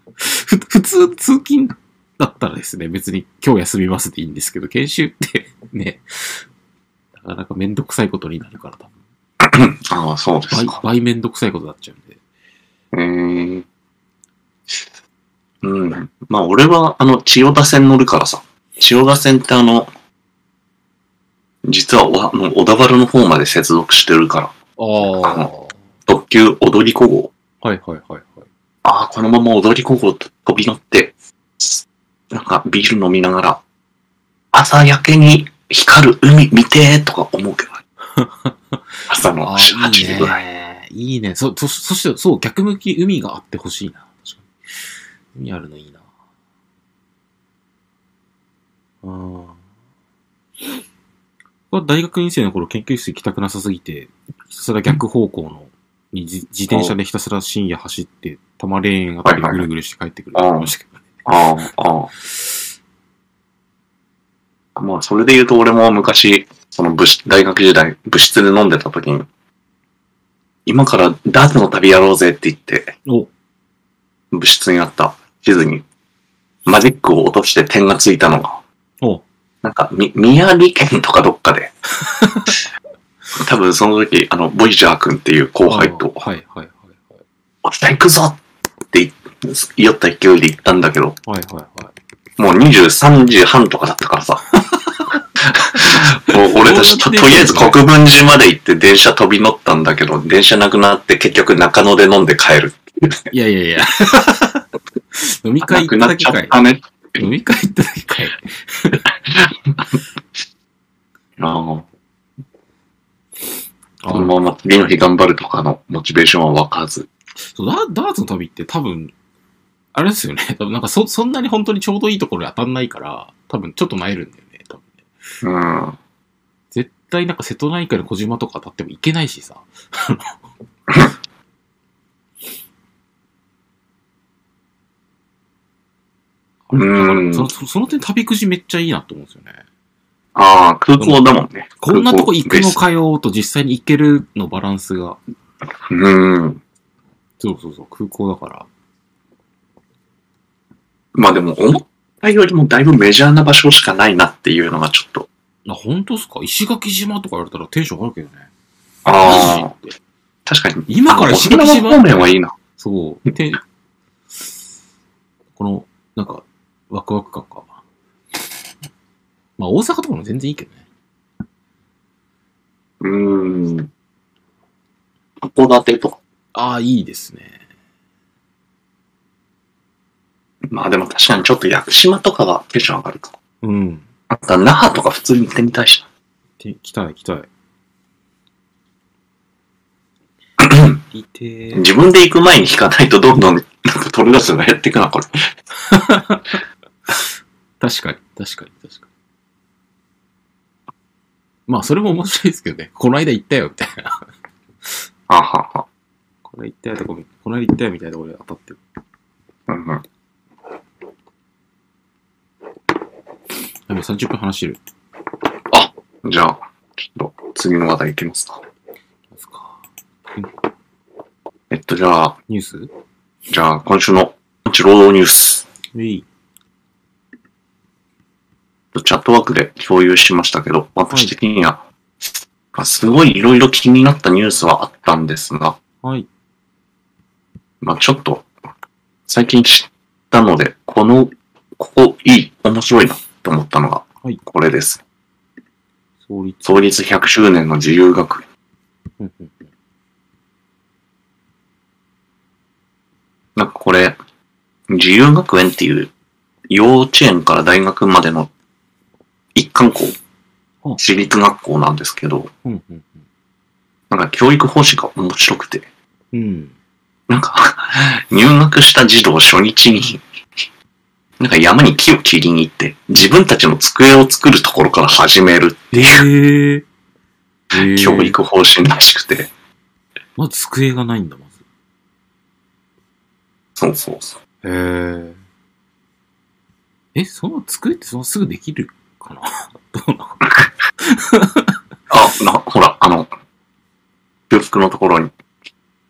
[SPEAKER 1] ふ普通通勤だったらですね、別に今日休みますでいいんですけど、研修ってね、なかなかめんどくさいことになるからだ。
[SPEAKER 2] ああ、そうです
[SPEAKER 1] 倍
[SPEAKER 2] か。
[SPEAKER 1] 倍めんどくさいことになっちゃうんで。
[SPEAKER 2] うーん。うん。まあ、俺は、あの、千代田線乗るからさ。千代田線ってあの、実はおあの小田原の方まで接続してるから、
[SPEAKER 1] あ
[SPEAKER 2] あ
[SPEAKER 1] あ。
[SPEAKER 2] 特急踊り子号。
[SPEAKER 1] はいはいはいはい。
[SPEAKER 2] ああ、このまま踊り子号と飛び乗って、なんかビール飲みながら、朝焼けに光る海見てーとか思うけどね。朝の
[SPEAKER 1] ああ、
[SPEAKER 2] 8
[SPEAKER 1] いい
[SPEAKER 2] 時ぐらい。
[SPEAKER 1] ね。いいね。そ、そ、そして、そう、逆向き海があってほしいな。確かに。海あるのいいな。うん。これは大学院生の頃研究室行きたくなさすぎて、ひたすら逆方向の、に自自転車でひたすら深夜走って、多摩レーンあたりぐるぐるして帰ってくる。
[SPEAKER 2] はいはいはい
[SPEAKER 1] ましたけどね
[SPEAKER 2] ああ、ああ。まあ、それで言うと俺も昔、その部室、大学時代、部室で飲んでた時に、今からダーツの旅やろうぜって言って、
[SPEAKER 1] お、
[SPEAKER 2] 部室にあった地図に、マジックを落として点がついたのが、
[SPEAKER 1] お、
[SPEAKER 2] なんか、み、宮城県とかどっかで。多分その時、あの、ボイジャー君っていう後輩と
[SPEAKER 1] あ、はいはいはいはい。
[SPEAKER 2] お伝え行くぞって言った勢いで行ったんだけど、
[SPEAKER 1] はいはいはい。
[SPEAKER 2] もう23時半とかだったか らさ。もう俺たちと、とりあえず国分寺まで行って電車飛び乗ったんだけど、電車なくなって結局中野で飲んで帰る。
[SPEAKER 1] いやいやいや。 飲み会
[SPEAKER 2] な
[SPEAKER 1] 行
[SPEAKER 2] く
[SPEAKER 1] った
[SPEAKER 2] なっ
[SPEAKER 1] だけ
[SPEAKER 2] ちゃっ
[SPEAKER 1] かい。
[SPEAKER 2] たね。
[SPEAKER 1] 飲み会行っただけかい。
[SPEAKER 2] ああ
[SPEAKER 1] あ
[SPEAKER 2] このまま次の日頑張るとかのモチベーションは湧かず。
[SPEAKER 1] そうダダーツの旅って多分、あれですよね。 多分なんかそ、そんなに本当にちょうどいいところに当たんないから、多分ちょっと萎えるんだよね。多分ね
[SPEAKER 2] うん。
[SPEAKER 1] 絶対なんか瀬戸内海の小島とか当たってもいけないしさ。あれ
[SPEAKER 2] うん
[SPEAKER 1] そのそその点旅くじめっちゃいいなと思うんですよね。
[SPEAKER 2] ああ、空港だもんね。
[SPEAKER 1] こんなとこ行く
[SPEAKER 2] 空
[SPEAKER 1] の
[SPEAKER 2] 港
[SPEAKER 1] かよーと実際に行けるのバランスが。
[SPEAKER 2] ベースうん。
[SPEAKER 1] そうそうそう、空港だから。
[SPEAKER 2] まあでも、思ったよりもだいぶメジャーな場所しかないなっていうのがちょっと。
[SPEAKER 1] な、本当っすか石垣島とか言われたらテンション上がるけどね。
[SPEAKER 2] ああ、
[SPEAKER 1] マジで
[SPEAKER 2] 確かに。
[SPEAKER 1] 今から石
[SPEAKER 2] 石
[SPEAKER 1] 垣
[SPEAKER 2] 垣
[SPEAKER 1] 島
[SPEAKER 2] 島方面はいいな。
[SPEAKER 1] そう。て、この、なんか、ワクワク感か。まあ、大阪とかも全然いいけどね。
[SPEAKER 2] うーん。函館とか。
[SPEAKER 1] ああ、いいですね。
[SPEAKER 2] まあでも確かにちょっと屋久島とかはテンション上がるか。
[SPEAKER 1] うん。
[SPEAKER 2] あとは那覇とか普通に行ってみたいしな。
[SPEAKER 1] て来たい、来た い。いてー
[SPEAKER 2] 自分で行く前に引かないとどん どんなんか取り出すのが減っていくな、これ。
[SPEAKER 1] 確かに、確かに、確かに。まあ、それも面白いですけどね。この間行ったよ、みたいな。
[SPEAKER 2] あはは。
[SPEAKER 1] この間行ったよ、とこ、この間行ったよ、みたいなところで当たってる。
[SPEAKER 2] うんうん。
[SPEAKER 1] でも30分話してる。
[SPEAKER 2] じゃあ、ちょっと次の話題行きますか。
[SPEAKER 1] ですか
[SPEAKER 2] えっと、じゃあ、
[SPEAKER 1] ニュース
[SPEAKER 2] じゃあ、今週の、労働ニュース。
[SPEAKER 1] うい。
[SPEAKER 2] チャットワークで共有しましたけど、私的には、まあすごいいろいろ気になったニュースはあったんですが、
[SPEAKER 1] はい。
[SPEAKER 2] まあちょっと、最近知ったので、この、ここいい、面白いなと思ったのが
[SPEAKER 1] はい、
[SPEAKER 2] これです。
[SPEAKER 1] 創立。
[SPEAKER 2] 創立100周年の自由学園。
[SPEAKER 1] うんうんうん
[SPEAKER 2] なんかこれ、自由学園っていう幼稚園から大学までの一貫校
[SPEAKER 1] う、ん
[SPEAKER 2] 私立学校なんですけど、
[SPEAKER 1] うんうん
[SPEAKER 2] なんか教育方針が面白くて、
[SPEAKER 1] うん。うん。
[SPEAKER 2] なんか、 入学した児童初日に、なんか山に木を切りに行って、自分たちの机を作るところから始めるって
[SPEAKER 1] え
[SPEAKER 2] いう
[SPEAKER 1] ー、えー。
[SPEAKER 2] 教。育方針らしくて、
[SPEAKER 1] まず机がないんだ、まず。
[SPEAKER 2] そうそうそう。
[SPEAKER 1] へー。え、その机ってそのすぐできるかな どうなの
[SPEAKER 2] あ、な、ほら、あの、洋服のところに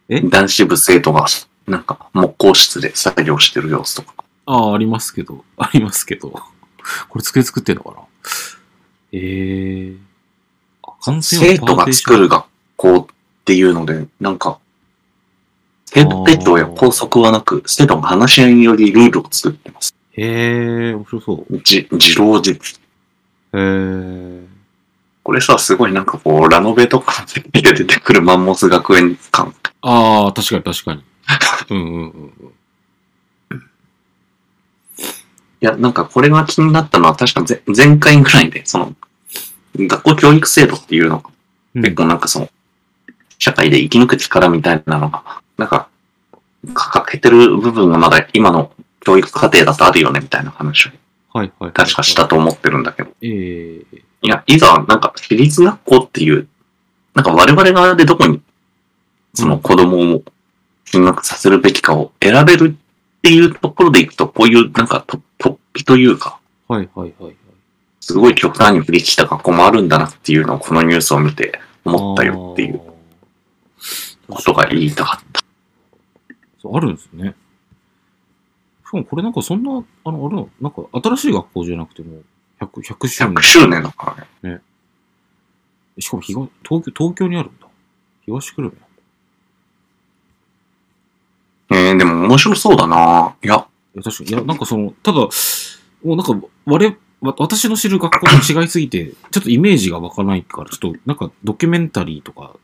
[SPEAKER 1] え、
[SPEAKER 2] 男子部生徒が、なんか、木工室で作業してる様子とか。
[SPEAKER 1] ああ、ありますけど。ありますけど。これ机作ってんのかなえー。あ完成
[SPEAKER 2] 生徒が作
[SPEAKER 1] る。
[SPEAKER 2] る学校っていうので、なんか、生徒ペットや校則はなく、生徒が話し合いによりルールを作ってます。
[SPEAKER 1] へー、面白そう。
[SPEAKER 2] じ、自動自立。
[SPEAKER 1] へー。
[SPEAKER 2] これさ、すごいなんかこう、ラノベとかの世界で出てくるマンモス学園感。
[SPEAKER 1] ああ、確かに確 かに。うんうんうんうん。
[SPEAKER 2] いや、なんかこれが気になったのは、確かぜ前回ぐらいで、その、学校教育制度っていうのが
[SPEAKER 1] うん
[SPEAKER 2] 結構なんかその、社会で生き抜く力みたいなのが、なんか、か欠けてる部分がまだ今の教育過程だとあるよねみたいな話を
[SPEAKER 1] はいはいはい。
[SPEAKER 2] 確かした。と思ってるんだけど。
[SPEAKER 1] ええ
[SPEAKER 2] いや、いざなんか私立学校っていう、なんか我々側でどこにその子供を進学させるべきかを選べるっていうところでいくと、こういうなんかと突飛というか、
[SPEAKER 1] はいはいはいはい。
[SPEAKER 2] すごい極端に振り切った学校もあるんだなっていうのをこのニュースを見て思ったよっていう
[SPEAKER 1] あー。
[SPEAKER 2] ことが言いたかった。
[SPEAKER 1] そうあるんですね。しかもこれなんかそんな、あの、あれなのなんか新しい学校じゃなくても、100、100周年
[SPEAKER 2] 100。周年だからね。
[SPEAKER 1] しかも東京、東京にあるんだ。東久留米。
[SPEAKER 2] えー、でも面白そうだないや、
[SPEAKER 1] いや、確かに。いや、なんかその、ただ、もうなんか、我、わ私の知る学校と違いすぎて、ちょっとイメージが湧かないから、ちょっとなんかドキュメンタリーとか、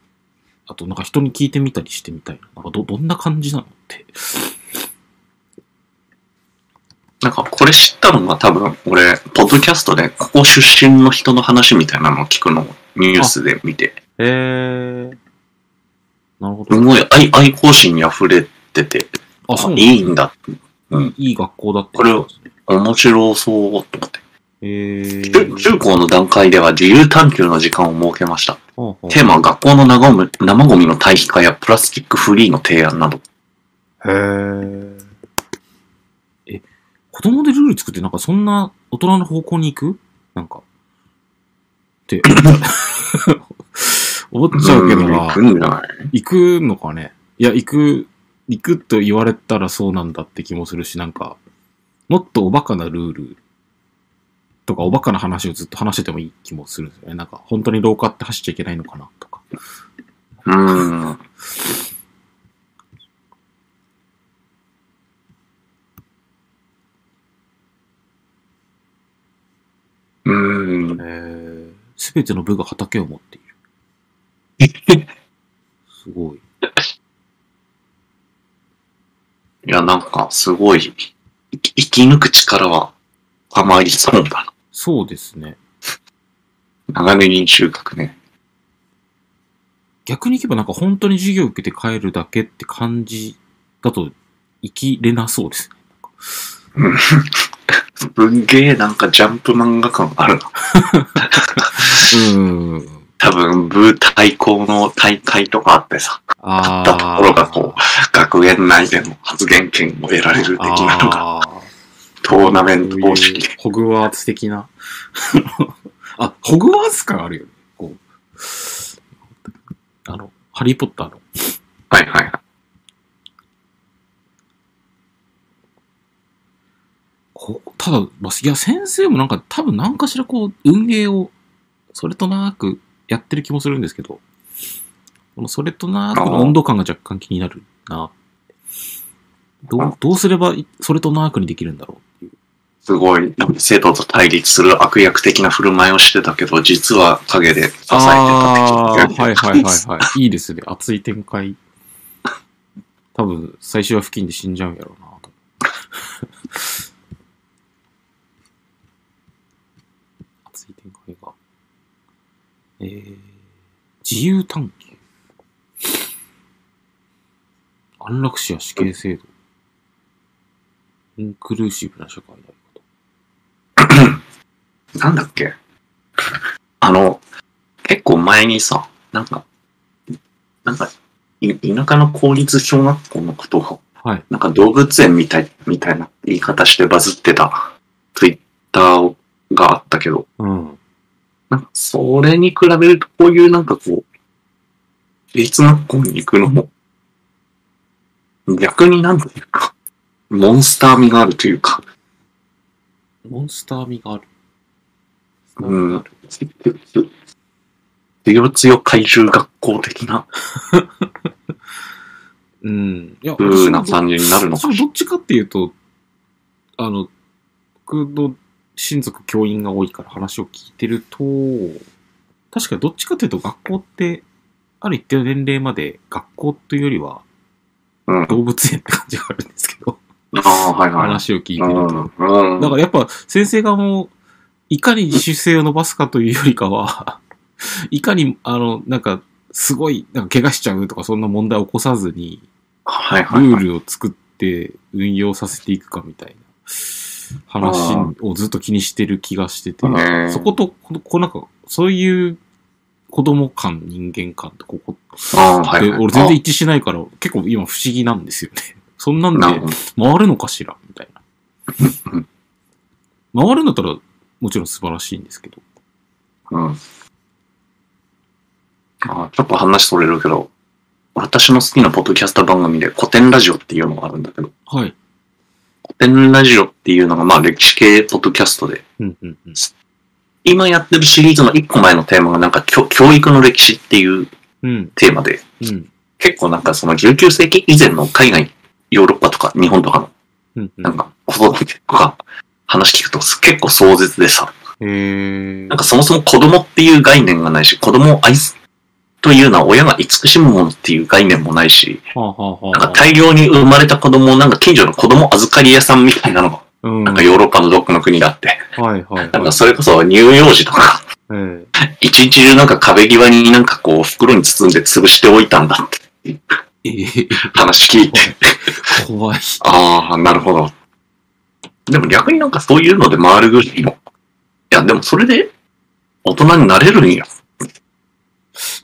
[SPEAKER 1] あとなんか人に聞いてみたりしてみたいな。なんかど、どんな感じなのって。
[SPEAKER 2] なんかこれ知ったのが多分、俺、ポッドキャストで、ここ出身の人の話みたいなのを聞くのをニュースで見て、
[SPEAKER 1] へえ。なるほ
[SPEAKER 2] す
[SPEAKER 1] ど。
[SPEAKER 2] ごい愛愛好心に溢れてて、
[SPEAKER 1] あ、そう
[SPEAKER 2] あ
[SPEAKER 1] なん
[SPEAKER 2] い
[SPEAKER 1] だ
[SPEAKER 2] いんだ。うん
[SPEAKER 1] いい学校だって。
[SPEAKER 2] これを。面白そう、と思って。
[SPEAKER 1] へえ。
[SPEAKER 2] 中中高の段階では自由探求の時間を設けました。
[SPEAKER 1] ほうほう
[SPEAKER 2] テーマは学校の生ゴミ生ゴミの堆肥化やプラスチックフリーの提案など。
[SPEAKER 1] へえ。え、子供でルール作ってなんかそんな大人の方向に行くなんか。って 思っちゃう思っちゃうけど
[SPEAKER 2] ん行
[SPEAKER 1] な
[SPEAKER 2] く。んじゃない
[SPEAKER 1] 行くのかね。いや、行く、行くと言われたらそうなんだって気もするし、なんか、もっとおバカなルールとかおバカな話をずっと話しててもいい気もするんですよね。なんか、本当に廊下って走っちゃいけないのかなとか。
[SPEAKER 2] うん。うん。
[SPEAKER 1] すべての部が畑を持っている。 すごい。
[SPEAKER 2] いや、なんか、すごい、生き生き抜く力は、あまりそうだ
[SPEAKER 1] そうですね。
[SPEAKER 2] な。長年に収穫ね。
[SPEAKER 1] 逆に言えばなんか本当に授業受けて帰るだけって感じだと生きれなそうですね。
[SPEAKER 2] すっげえ、なんか、ジャンプ漫画感あるな。
[SPEAKER 1] うん。
[SPEAKER 2] 多分、部対抗の大会とかあってさ、
[SPEAKER 1] あ
[SPEAKER 2] だところがこう、学園内での発言権を得られる的なのが、
[SPEAKER 1] あー
[SPEAKER 2] トーナメント方式
[SPEAKER 1] そう
[SPEAKER 2] で
[SPEAKER 1] いう。ホグワーツ的な。 あ、ホグワーツ感あるよね。こう。あの、ハリーポッターの。
[SPEAKER 2] はいはいはい。
[SPEAKER 1] こうただ、まあ、いや、先生もなんか、多分何かしらこう、運営を、それとなくやってる気もするんですけど、このそれとなくの温度感が若干気になるな。どう、どうすればい、それとなくにできるんだろうっていう。
[SPEAKER 2] すごい、多分生徒と対立する悪役的な振る舞いをしてたけど、実は陰で支えて
[SPEAKER 1] あ
[SPEAKER 2] た
[SPEAKER 1] あ
[SPEAKER 2] 的
[SPEAKER 1] ー、はいはいはいはい。 いいですね。熱い展開。多分、最終は付近で死んじゃうんやろうなと。 熱い展開が。えー、自由探求。安楽死や死刑制度。インクルーシブな社会のあり方。
[SPEAKER 2] なんだっけ あの、結構前にさ、なんか、なんか、い田舎の公立小学校のことを、
[SPEAKER 1] はい
[SPEAKER 2] なんか動物園みたい、みたいな言い方してバズってたツイッターがあったけど、
[SPEAKER 1] うん。
[SPEAKER 2] なんかそれに比べるとこういうなんかこう、私立学校に行くのも、逆になんというか、モンスター味があるというか、
[SPEAKER 1] モンスター味がある。
[SPEAKER 2] うん、強強怪獣学校的な
[SPEAKER 1] うん。いや、
[SPEAKER 2] 風な感じになるの
[SPEAKER 1] そ
[SPEAKER 2] か
[SPEAKER 1] れどっちかっていうと、あの、僕の親族教員が多いから話を聞いてると、確かにどっちかっていうと学校って、ある一定の年齢まで学校というよりは
[SPEAKER 2] うん
[SPEAKER 1] 動物園って感じがあるんですけど、
[SPEAKER 2] ああ、はいはい。
[SPEAKER 1] 話を聞いて
[SPEAKER 2] う
[SPEAKER 1] る
[SPEAKER 2] ん
[SPEAKER 1] と。
[SPEAKER 2] うん
[SPEAKER 1] だからやっぱ先生側も、いかに自主性を伸ばすかというよりかは、いかに、あの、なんか、すごい、なんか怪我しちゃうとかそんな問題を起こさずに、
[SPEAKER 2] はいはい
[SPEAKER 1] ル
[SPEAKER 2] はい。
[SPEAKER 1] ールを作って運用させていくかみたいな話をずっと気にしてる気がしてて
[SPEAKER 2] う、ん
[SPEAKER 1] そこと、ここうなんか、そういう子供感、人間感とここ
[SPEAKER 2] ああ、はい
[SPEAKER 1] で、
[SPEAKER 2] はい。
[SPEAKER 1] 俺全然一致しないから、結構今不思議なんですよね。 そんなんで
[SPEAKER 2] あなるほど
[SPEAKER 1] 回るのかしらみたいな
[SPEAKER 2] う。
[SPEAKER 1] 回るんだったら、もちろん素晴らしいんですけど。
[SPEAKER 2] うん。ああちょっと話それるけど、私の好きなポッドキャスト番組で古典ラジオっていうのがあるんだけど、
[SPEAKER 1] はい。
[SPEAKER 2] 古典ラジオっていうのがまあ歴史系ポッドキャストで、
[SPEAKER 1] うんうんうん。
[SPEAKER 2] 今やってるシリーズの一個前のテーマがなんか教教育の歴史っていう
[SPEAKER 1] うん
[SPEAKER 2] テーマで、
[SPEAKER 1] うん
[SPEAKER 2] 結構なんかその19世紀以前の海外、ヨーロッパとか日本とかの
[SPEAKER 1] うんう
[SPEAKER 2] なん
[SPEAKER 1] ん。
[SPEAKER 2] か子育てとか話聞くと結構壮絶でさ、
[SPEAKER 1] へえ
[SPEAKER 2] なん。かそもそも子供っていう概念がないし、子供を愛すというのは親が慈しむものっていう概念もないし、
[SPEAKER 1] はあはあは
[SPEAKER 2] なん
[SPEAKER 1] あ
[SPEAKER 2] か。大量に生まれた子供をなんか近所の子供預かり屋さんみたいなのが、
[SPEAKER 1] うん。は
[SPEAKER 2] なん
[SPEAKER 1] い
[SPEAKER 2] かヨーロッパのどっかの国があって、
[SPEAKER 1] はいはい。
[SPEAKER 2] なんかそれこそ乳幼児とか、
[SPEAKER 1] ええ
[SPEAKER 2] 一日中なんか壁際になんかこう袋に包んで潰しておいたんだって
[SPEAKER 1] え え
[SPEAKER 2] 話聞いて、
[SPEAKER 1] 怖い。
[SPEAKER 2] ああ、なるほど。でも逆になんかそういうので回るぐらいの。いや、でもそれで大人になれるんや、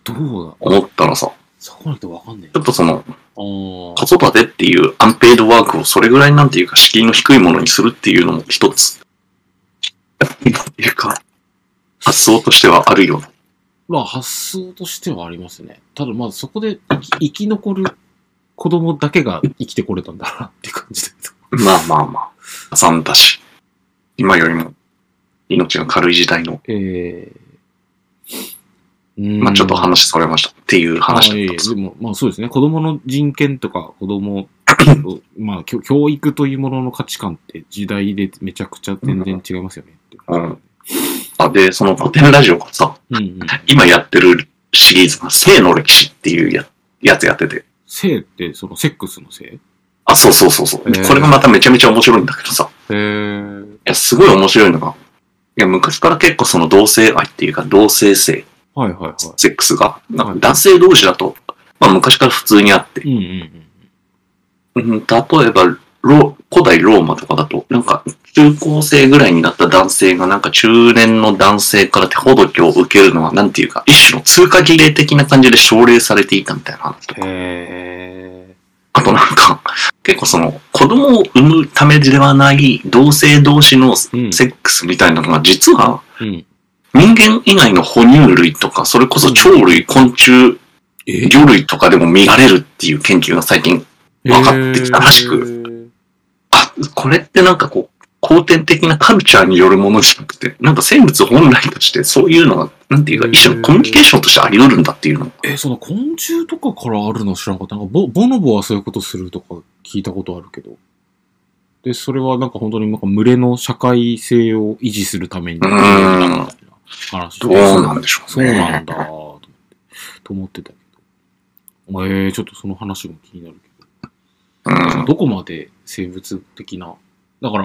[SPEAKER 1] どうだ
[SPEAKER 2] 思ったらさ、
[SPEAKER 1] そこなんてわかんねえ
[SPEAKER 2] ちょっとその
[SPEAKER 1] な。あ
[SPEAKER 2] 子育てっていうアンペイドワークをそれぐらいなんていうか敷居の低いものにするっていうのも一つ、なんていうか、発想としてはあるような。
[SPEAKER 1] まあ発想としてはありますね。ただまあそこで生き生き残る子供だけが生きてこれたんだなって感じだけど。
[SPEAKER 2] まあまあまあ、残だし、今よりも命が軽い時代の、
[SPEAKER 1] ええ
[SPEAKER 2] まあちょっと話それましたっていう話
[SPEAKER 1] あいえい
[SPEAKER 2] だ
[SPEAKER 1] え
[SPEAKER 2] った
[SPEAKER 1] でもまあそうですね。子供の人権とか子 供、まあ教教育というものの価値観って時代でめちゃくちゃ全然違いますよねっていう
[SPEAKER 2] う
[SPEAKER 1] 感
[SPEAKER 2] ん。あ、で、その古典ラジオがさ、
[SPEAKER 1] じ。うんうん。
[SPEAKER 2] 今やってるシリーズが性の歴史っていうややつやってて。
[SPEAKER 1] 性ってそのセックスの性
[SPEAKER 2] あ、そうそうそうそう。
[SPEAKER 1] えー
[SPEAKER 2] これがまためちゃめちゃ面白いんだけどさ。
[SPEAKER 1] えー、
[SPEAKER 2] いや、すごい面白いのが、いや、昔から結構その同性愛っていうか同性性、
[SPEAKER 1] はいはいはい。
[SPEAKER 2] セックスが、なん
[SPEAKER 1] は
[SPEAKER 2] か
[SPEAKER 1] い
[SPEAKER 2] 男性同士だと、まあ昔から普通にあって。
[SPEAKER 1] うんうんうん。
[SPEAKER 2] うん、例えば、ロ古代ローマとかだと、なんか中高生ぐらいになった男性がなんか中年の男性から手ほどきを受けるのは、なんていうか、一種の通過儀礼的な感じで奨励されていたみたいな話とか。
[SPEAKER 1] へ
[SPEAKER 2] あとなんか、結構その、子供を産むためではない同性同士のセ
[SPEAKER 1] え。うん。
[SPEAKER 2] ックスみたいなのが、実は
[SPEAKER 1] うん。
[SPEAKER 2] 人間以外の哺乳類とか、それこそ鳥類、昆虫、
[SPEAKER 1] え
[SPEAKER 2] 魚類とかでも見られるっていう研究が最近、分かってきたらし
[SPEAKER 1] く。
[SPEAKER 2] あ、これってなんかこう、後天的なカルチャーによるものじゃなくて、なんか生物本来としてそういうのが、なんていうか、一種のコミュニケーションとしてあり得るんだっていうのが。
[SPEAKER 1] えー、その昆虫とかからあるの知らなかった。なんかボボノボはそういうことするとか聞いたことあるけど。で、それはなんか本当になんか群れの社会性を維持するために、
[SPEAKER 2] うーん
[SPEAKER 1] みたいな話
[SPEAKER 2] ど
[SPEAKER 1] で
[SPEAKER 2] うなんでしょう
[SPEAKER 1] そう
[SPEAKER 2] ね。
[SPEAKER 1] なんだーと思って、と思ってたけど。えー、ちょっとその話も気になるけ
[SPEAKER 2] う
[SPEAKER 1] ど。
[SPEAKER 2] ん
[SPEAKER 1] どこまで生物的な。だから、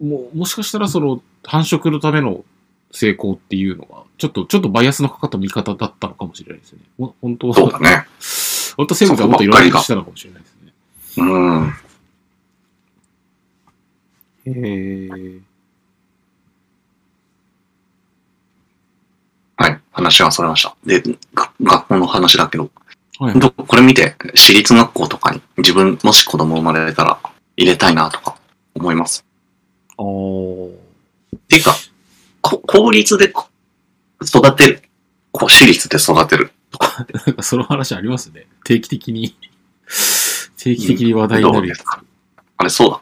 [SPEAKER 1] もう、もしかしたらその繁殖のための成功っていうのが、ちょっと、ちょっとバイアスのかかった見方だったのかもしれないですね。ほ本当
[SPEAKER 2] そうだ
[SPEAKER 1] は、
[SPEAKER 2] ね。
[SPEAKER 1] 本当は生物はもっといろいろしてたのかもしれないですね。
[SPEAKER 2] うん。
[SPEAKER 1] へー。
[SPEAKER 2] はい。話はそれました。で、が学校の話だけど、
[SPEAKER 1] はい
[SPEAKER 2] どこれ見て、私立学校とかに自分、もし子供生まれたら入れたいなとか思います。
[SPEAKER 1] あー。
[SPEAKER 2] っていうか、こ公立でこ育てる。こう私立で育てる。
[SPEAKER 1] なんかその話ありますね。定期 的に。定期的に話題に
[SPEAKER 2] ど
[SPEAKER 1] な
[SPEAKER 2] う
[SPEAKER 1] る
[SPEAKER 2] で
[SPEAKER 1] や
[SPEAKER 2] す
[SPEAKER 1] つ。
[SPEAKER 2] かあれ、そうだ。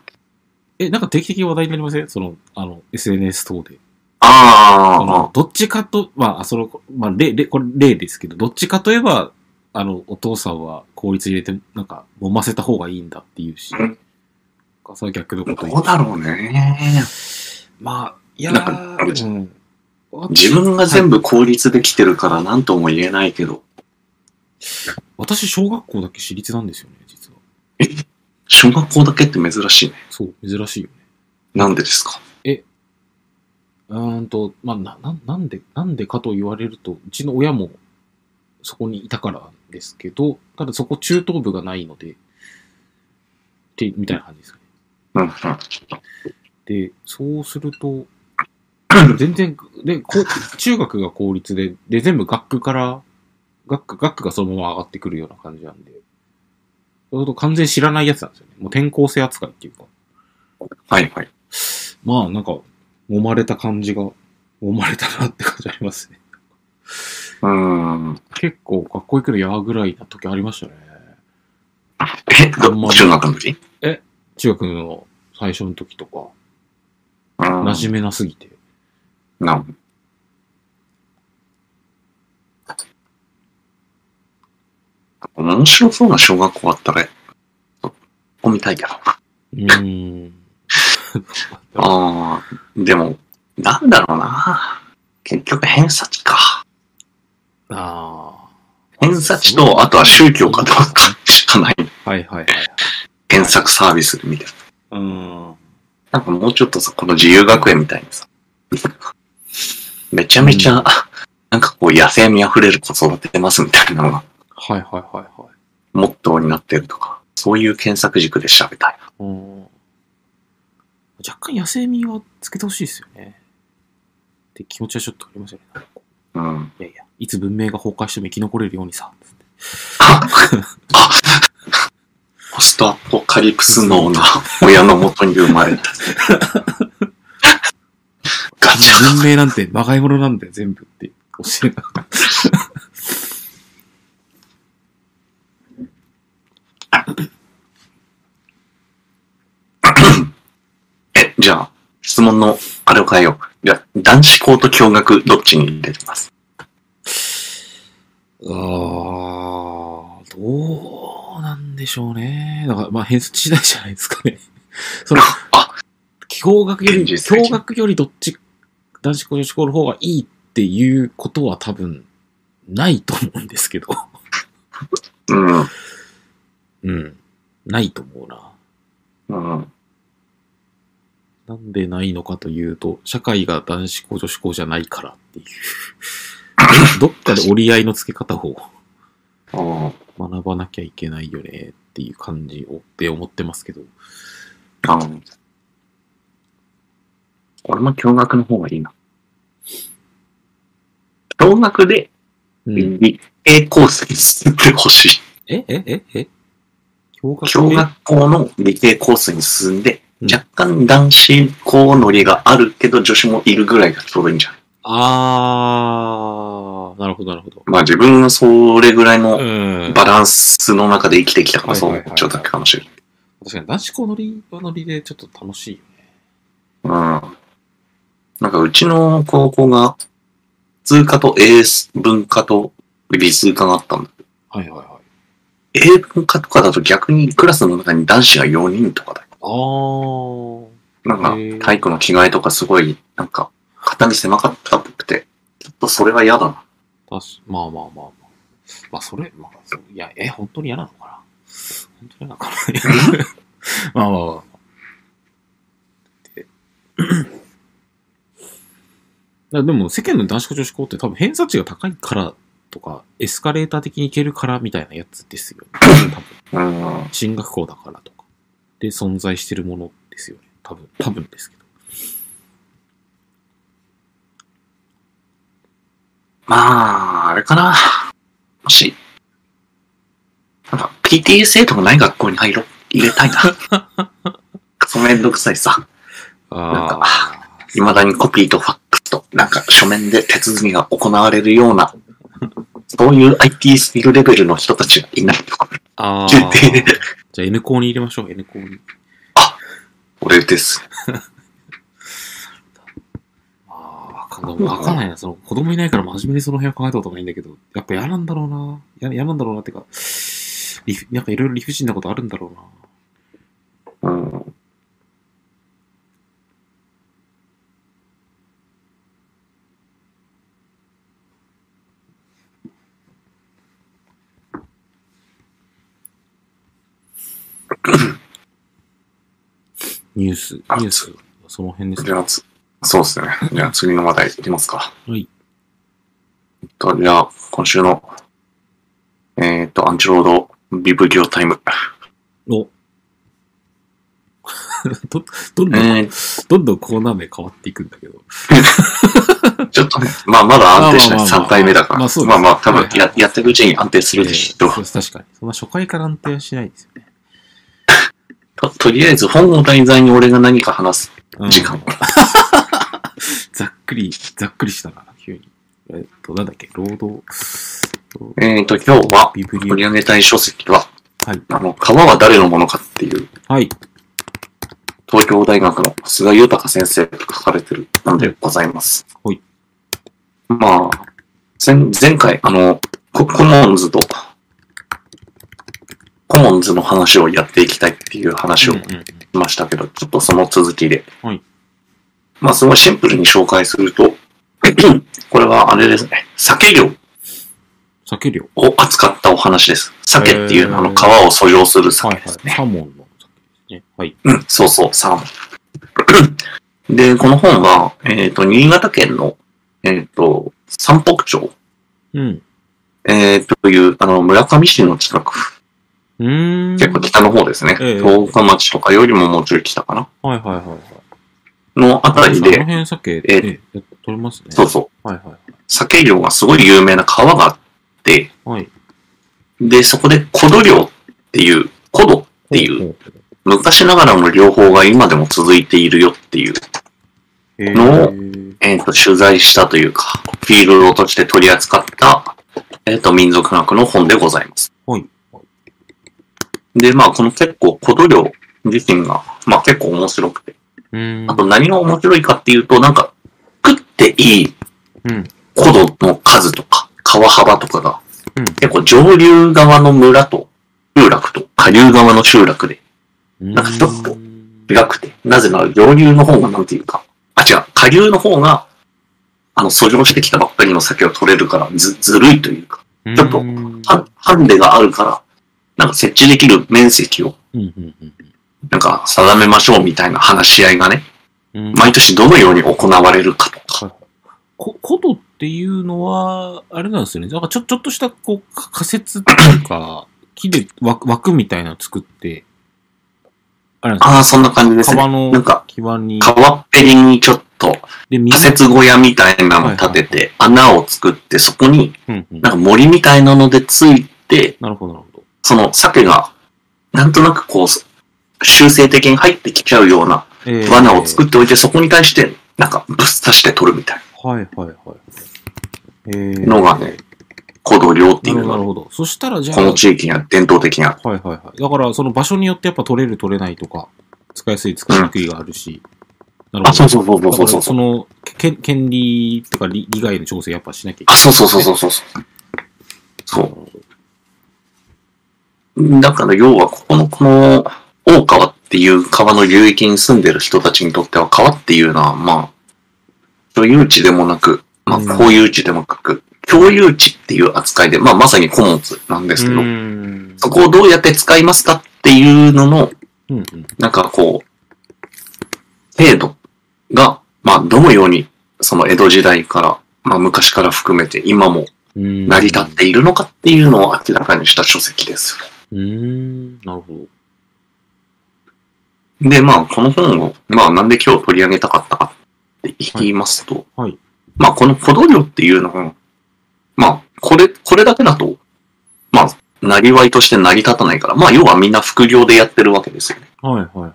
[SPEAKER 1] え、なんか定期的に話題になりませんその、あの、SNS 等で。あ
[SPEAKER 2] あ
[SPEAKER 1] の、どっちかと、まあ、その、まあ、例、例、これ例ですけど、どっちかといえば、あの、お父さんは効率入れて、なんか、揉ませた方がいいんだっていうし
[SPEAKER 2] うん、
[SPEAKER 1] それは逆のこ
[SPEAKER 2] あ、
[SPEAKER 1] と
[SPEAKER 2] ど
[SPEAKER 1] 言う
[SPEAKER 2] うだろうね。
[SPEAKER 1] まあ、いや
[SPEAKER 2] なんかあれじゃ
[SPEAKER 1] ー、うん
[SPEAKER 2] 自分が全部公立できてるから何とも言えないけど、
[SPEAKER 1] 私、小学校だけ私立なんですよね、実は。
[SPEAKER 2] 小学校だけって珍しいね。
[SPEAKER 1] そう、珍しいよね。
[SPEAKER 2] なんでですか
[SPEAKER 1] うーんと、まあ、な、ななんで、なんでかと言われると、うちの親もそこにいたからですけど、ただそこ中等部がないので、って、みたいな感じですかね。
[SPEAKER 2] うん、うん。
[SPEAKER 1] で、そうすると、 全然、で、こう中学が公立で、で、全部学区から、学区、学区がそのまま上がってくるような感じなんで、そうすると完全に知らないやつなんですよね。もう転校生扱いっていうか。
[SPEAKER 2] はいはい。
[SPEAKER 1] まあ、なんか、揉まれた感じが、揉まれたなって感じありますね。
[SPEAKER 2] うーん。
[SPEAKER 1] 結構かっこいいけどやーぐらいな時ありましたね。
[SPEAKER 2] え、ど、中学の時
[SPEAKER 1] 中学の最初の時とか、
[SPEAKER 2] うん。
[SPEAKER 1] 馴染めなすぎて。
[SPEAKER 2] な面白そうな小学校あったら、こみたいけど。あ
[SPEAKER 1] う ーん。
[SPEAKER 2] あー、でも、なんだろうな。結局偏差値か。
[SPEAKER 1] あ
[SPEAKER 2] 偏差値と、あとは宗教かどうかしかない。
[SPEAKER 1] あ。はいはいはい。
[SPEAKER 2] 検索サービスみたいな。
[SPEAKER 1] うーん。
[SPEAKER 2] なんかもうちょっとさ、この自由学園みたいにさ、めちゃめちゃ、なんかこう野生味あふれる子育ててますみたいなのが
[SPEAKER 1] はいはいはいはい。
[SPEAKER 2] モットーになってるとか、そういう検索軸で調べたいな。
[SPEAKER 1] うーん。若干野生味はつけてほしいですよね。って気持ちはちょっとありましたね。
[SPEAKER 2] うん。
[SPEAKER 1] いやいや、いつ文明が崩壊しても生き残れるようにさ。つって
[SPEAKER 2] ポストアポカリプス脳の 親の元に生まれた。ガチャ
[SPEAKER 1] 文明なんてまがいものなんだよ、全部って教えながら。
[SPEAKER 2] え、じゃあ、質問のあれを変えよう。じゃあ、男子校と共学どっちに出てます
[SPEAKER 1] ああ、どうなんでしょうね。だから、まあ、偏差値次第じゃないですかね。 その、
[SPEAKER 2] あ
[SPEAKER 1] 共学より、
[SPEAKER 2] 現実的
[SPEAKER 1] 共学よりどっち、男子校女子校の方がいいっていうことは多分、ないと思うんですけど。
[SPEAKER 2] うん。
[SPEAKER 1] うん。ないと思うな。
[SPEAKER 2] うん。
[SPEAKER 1] なんでないのかというと、社会が男子校女子校じゃないからって いう。どっかで折り合いのつけ方を
[SPEAKER 2] あ
[SPEAKER 1] 学ばなきゃいけないよねっていう感じを、って思ってますけど。
[SPEAKER 2] あ。俺も共学の方がいいな。共学で
[SPEAKER 1] うん。
[SPEAKER 2] 立系構成に進んでほしい。
[SPEAKER 1] ええええ共学
[SPEAKER 2] 小学校の理系コースに進んで、
[SPEAKER 1] うん
[SPEAKER 2] 若干男子校乗りがあるけど、女子もいるぐらいがちょうどいいんじゃない
[SPEAKER 1] あー、なるほど、なるほど。
[SPEAKER 2] まあ自分がそれぐらいの
[SPEAKER 1] うん。
[SPEAKER 2] バランスの中で生きてきたから、
[SPEAKER 1] はい
[SPEAKER 2] そ
[SPEAKER 1] はいうはい
[SPEAKER 2] 思っちゃうだけかもしれない。
[SPEAKER 1] 確かに男子校乗りは乗りでちょっと楽しいよね。
[SPEAKER 2] うん。なんかうちの高校が、通科と英文科と理数科があったんだけど、
[SPEAKER 1] はいはいはい。
[SPEAKER 2] 英文科とかだと逆にクラスの中に男子が4人とかだよ。
[SPEAKER 1] ああー。
[SPEAKER 2] なん
[SPEAKER 1] へ
[SPEAKER 2] か
[SPEAKER 1] ー
[SPEAKER 2] 体育の着替えとかすごい、なんか、肩に狭かったっぽくて、ちょっとそれは嫌だな。
[SPEAKER 1] 確かまあまあまあまあ。まあそれ、まあそう、いや、え、本当に嫌なのかな本当に嫌なのかなまあまあまあまあ。でだからでも世間の男子校女子校って多分偏差値が高いからとか、エスカレーター的に行けるからみたいなやつですよ、ね。多分
[SPEAKER 2] うん。
[SPEAKER 1] 進学校だからとか。で存在してるものですよね。多分、多分ですけど。
[SPEAKER 2] まあ、あれかな。もし、なんか、PTA とかない学校に入ろ、入れたいな。 クソめんどくさいさ。なんか
[SPEAKER 1] ああ。
[SPEAKER 2] 未だにコピーとファックスと、なんか書面で手続きが行われるような、そういう IT スキルレベルの人たちがいないところ。
[SPEAKER 1] ああ。
[SPEAKER 2] 限定で
[SPEAKER 1] じゃあ N 校に入れましょう、N 校に。
[SPEAKER 2] 俺です。
[SPEAKER 1] ああ、わかんないわかんないな。その、子供いないから真面目にその辺は考えたことないんだけど、やっぱ嫌なんだろうな。や嫌なんだろうなってか、理不なんかいろいろ理不尽なことあるんだろうな。
[SPEAKER 2] うん。
[SPEAKER 1] ニュース、ニ
[SPEAKER 2] あ
[SPEAKER 1] ュース、その辺です
[SPEAKER 2] じ
[SPEAKER 1] ね。
[SPEAKER 2] ゃあ、つそうですね。じゃあ次の話題いきますか。
[SPEAKER 1] はい。
[SPEAKER 2] えっと、じゃあ、今週の、えーっと、アンチロード、ビブリオタイム。
[SPEAKER 1] お ど、どん
[SPEAKER 2] え
[SPEAKER 1] どん、
[SPEAKER 2] ー、
[SPEAKER 1] どんどんコーナー名変わっていくんだけど。
[SPEAKER 2] ちょっとね、まあ、まだ安定しない。
[SPEAKER 1] まあまあまあまあ
[SPEAKER 2] 3回目だから。
[SPEAKER 1] まあそうです
[SPEAKER 2] まあまあ、多分
[SPEAKER 1] はいはい
[SPEAKER 2] や、やっていくうちに安定す
[SPEAKER 1] え
[SPEAKER 2] る
[SPEAKER 1] ー
[SPEAKER 2] でしょう。
[SPEAKER 1] そうです確かに。そんな初回から安定はしないですよね。
[SPEAKER 2] と、とりあえず、本を題材に俺が何か話す
[SPEAKER 1] うん
[SPEAKER 2] 時間。
[SPEAKER 1] ざっくり、ざっくりしたな、急に。えっと、なんだっけ、労働。
[SPEAKER 2] えーっと、今日は、
[SPEAKER 1] ビブリ
[SPEAKER 2] 取り上げたい書籍は、
[SPEAKER 1] はい
[SPEAKER 2] あの、川は誰のものかっていう、
[SPEAKER 1] オ。はい。
[SPEAKER 2] 東京大学の菅井豊先生が書かれてるなんでございます。
[SPEAKER 1] はい。
[SPEAKER 2] まあ、前、前回、あの、ココモンズと、コモンズの話をやっていきたいっていう話を
[SPEAKER 1] うん
[SPEAKER 2] し
[SPEAKER 1] うんうん
[SPEAKER 2] ましたけど、ちょっとその続きで。
[SPEAKER 1] はい。
[SPEAKER 2] まあ、すごいシンプルに紹介すると、 これはあれですね、酒料
[SPEAKER 1] 酒量。
[SPEAKER 2] を扱ったお話です。酒っていうのはあ
[SPEAKER 1] へ
[SPEAKER 2] の
[SPEAKER 1] ー
[SPEAKER 2] 川を遡上する酒ですね。
[SPEAKER 1] サーモンの酒ですね。はい。
[SPEAKER 2] うん、そうそう、サーモン。 で、この本は、えっ、と、新潟県の、えっ、と、三北町、
[SPEAKER 1] うん。
[SPEAKER 2] えーという、あの、村上市の近く、
[SPEAKER 1] うーん。
[SPEAKER 2] 結構北の方ですね。
[SPEAKER 1] ええ
[SPEAKER 2] 東岡町とかよりももうちょい北かな。
[SPEAKER 1] はいはいはいはい。
[SPEAKER 2] のあたり
[SPEAKER 1] この
[SPEAKER 2] で、
[SPEAKER 1] 辺酒、
[SPEAKER 2] え
[SPEAKER 1] え、取れますね。
[SPEAKER 2] そうそう、
[SPEAKER 1] はいはいはい。
[SPEAKER 2] 酒漁がすごい有名な川があって、
[SPEAKER 1] はい。
[SPEAKER 2] で、そこで古土漁っていう、古土っていう、
[SPEAKER 1] う。
[SPEAKER 2] 昔ながらの漁法が今でも続いているよっていう
[SPEAKER 1] え
[SPEAKER 2] の
[SPEAKER 1] ー、
[SPEAKER 2] えっ、と、取材したというか、フィールドとして取り扱った、えっ、と、民族学の本でございます。
[SPEAKER 1] はい。
[SPEAKER 2] で、まあ、この結構、古土量自身が、まあ結構面白くて。
[SPEAKER 1] うーん
[SPEAKER 2] あ。と何が面白いかっていうと、なんか、食っていい
[SPEAKER 1] うん。
[SPEAKER 2] 古土の数とか、川幅とかが
[SPEAKER 1] うん、
[SPEAKER 2] 結構上流側の村と、集落と、下流側の集落で
[SPEAKER 1] な
[SPEAKER 2] なんかちょっと違くて、なぜなら上流の方がなんていうか、あ、違う、下流の方が、あの、遡上してきたばっかりの酒を取れるから、ず、ずるいというか、ちょっと
[SPEAKER 1] うん
[SPEAKER 2] ハンハンデがあるから、なんか設置できる面積を、
[SPEAKER 1] うんうんうん
[SPEAKER 2] なんか定めましょうみたいな話し合いがね、
[SPEAKER 1] うん。
[SPEAKER 2] 毎年どのように行われるかとか。
[SPEAKER 1] こ、ことっていうのは、あれなんですよね。なんかちょ、ちょっとした、こう、か仮説というか、 木で枠枠みたいなの作って、あれなんで
[SPEAKER 2] ああ、そんな感じです
[SPEAKER 1] か
[SPEAKER 2] すね。
[SPEAKER 1] 川の
[SPEAKER 2] なんか、
[SPEAKER 1] 際に、
[SPEAKER 2] 川っぺりにちょっと
[SPEAKER 1] で、水
[SPEAKER 2] 仮設小屋みたいなの立てて、穴を作って、そこに
[SPEAKER 1] うんうん
[SPEAKER 2] なんか森みたいなのでついて、
[SPEAKER 1] なるほど、なるほど。
[SPEAKER 2] その鮭が、なんとなくこう、そ修正的に入ってきちゃうような
[SPEAKER 1] えー
[SPEAKER 2] 罠を作っておいて、そこに対して、なんか、ぶっ刺して取るみたい
[SPEAKER 1] はいはいはい。えー、
[SPEAKER 2] なのがね、行動量って
[SPEAKER 1] ないる
[SPEAKER 2] う
[SPEAKER 1] ほど、なる
[SPEAKER 2] のが、
[SPEAKER 1] ほど。そしたらじゃあ、
[SPEAKER 2] この
[SPEAKER 1] はい
[SPEAKER 2] 地域には伝統的にある。
[SPEAKER 1] はいはい。だから、その場所によってやっぱ取れる取れないとか、使いやすい使いにくいがあるし、なる
[SPEAKER 2] あ、そう
[SPEAKER 1] そ
[SPEAKER 2] そうそうそうそう
[SPEAKER 1] そ
[SPEAKER 2] そうう
[SPEAKER 1] その、け権利とか利利害の調整やっぱしなきゃいけ
[SPEAKER 2] あ、
[SPEAKER 1] ない。
[SPEAKER 2] そうそうそうそうそうそう。そう。だから、要は、ここの、この、大川っっていう川の流域に住んでる人たちにとっては川っていうのはまあ、所有地でもなく、まあ
[SPEAKER 1] うん
[SPEAKER 2] 公有地でもなく、共有地っていう扱いで、まあまさに古物なんですけど、
[SPEAKER 1] ん
[SPEAKER 2] そこをどうやって使いますかっていうのの、
[SPEAKER 1] うん
[SPEAKER 2] なんかこう、制度が、まあどのように、その江戸時代から、まあ昔から含めて今も
[SPEAKER 1] うん
[SPEAKER 2] 成り立っているのかっていうのを明らかにした書籍です。
[SPEAKER 1] うーん、なるほど。
[SPEAKER 2] で、まあ、この本を、まあ、なんで今日取り上げたかったかって言いますと、
[SPEAKER 1] はいはい
[SPEAKER 2] まあ、この小道量っていうのが、まあ、これ、これだけだと、まあ、なりわいとして成り立たないから、まあ、要はみんな副業でやってるわけですよ
[SPEAKER 1] はいはいは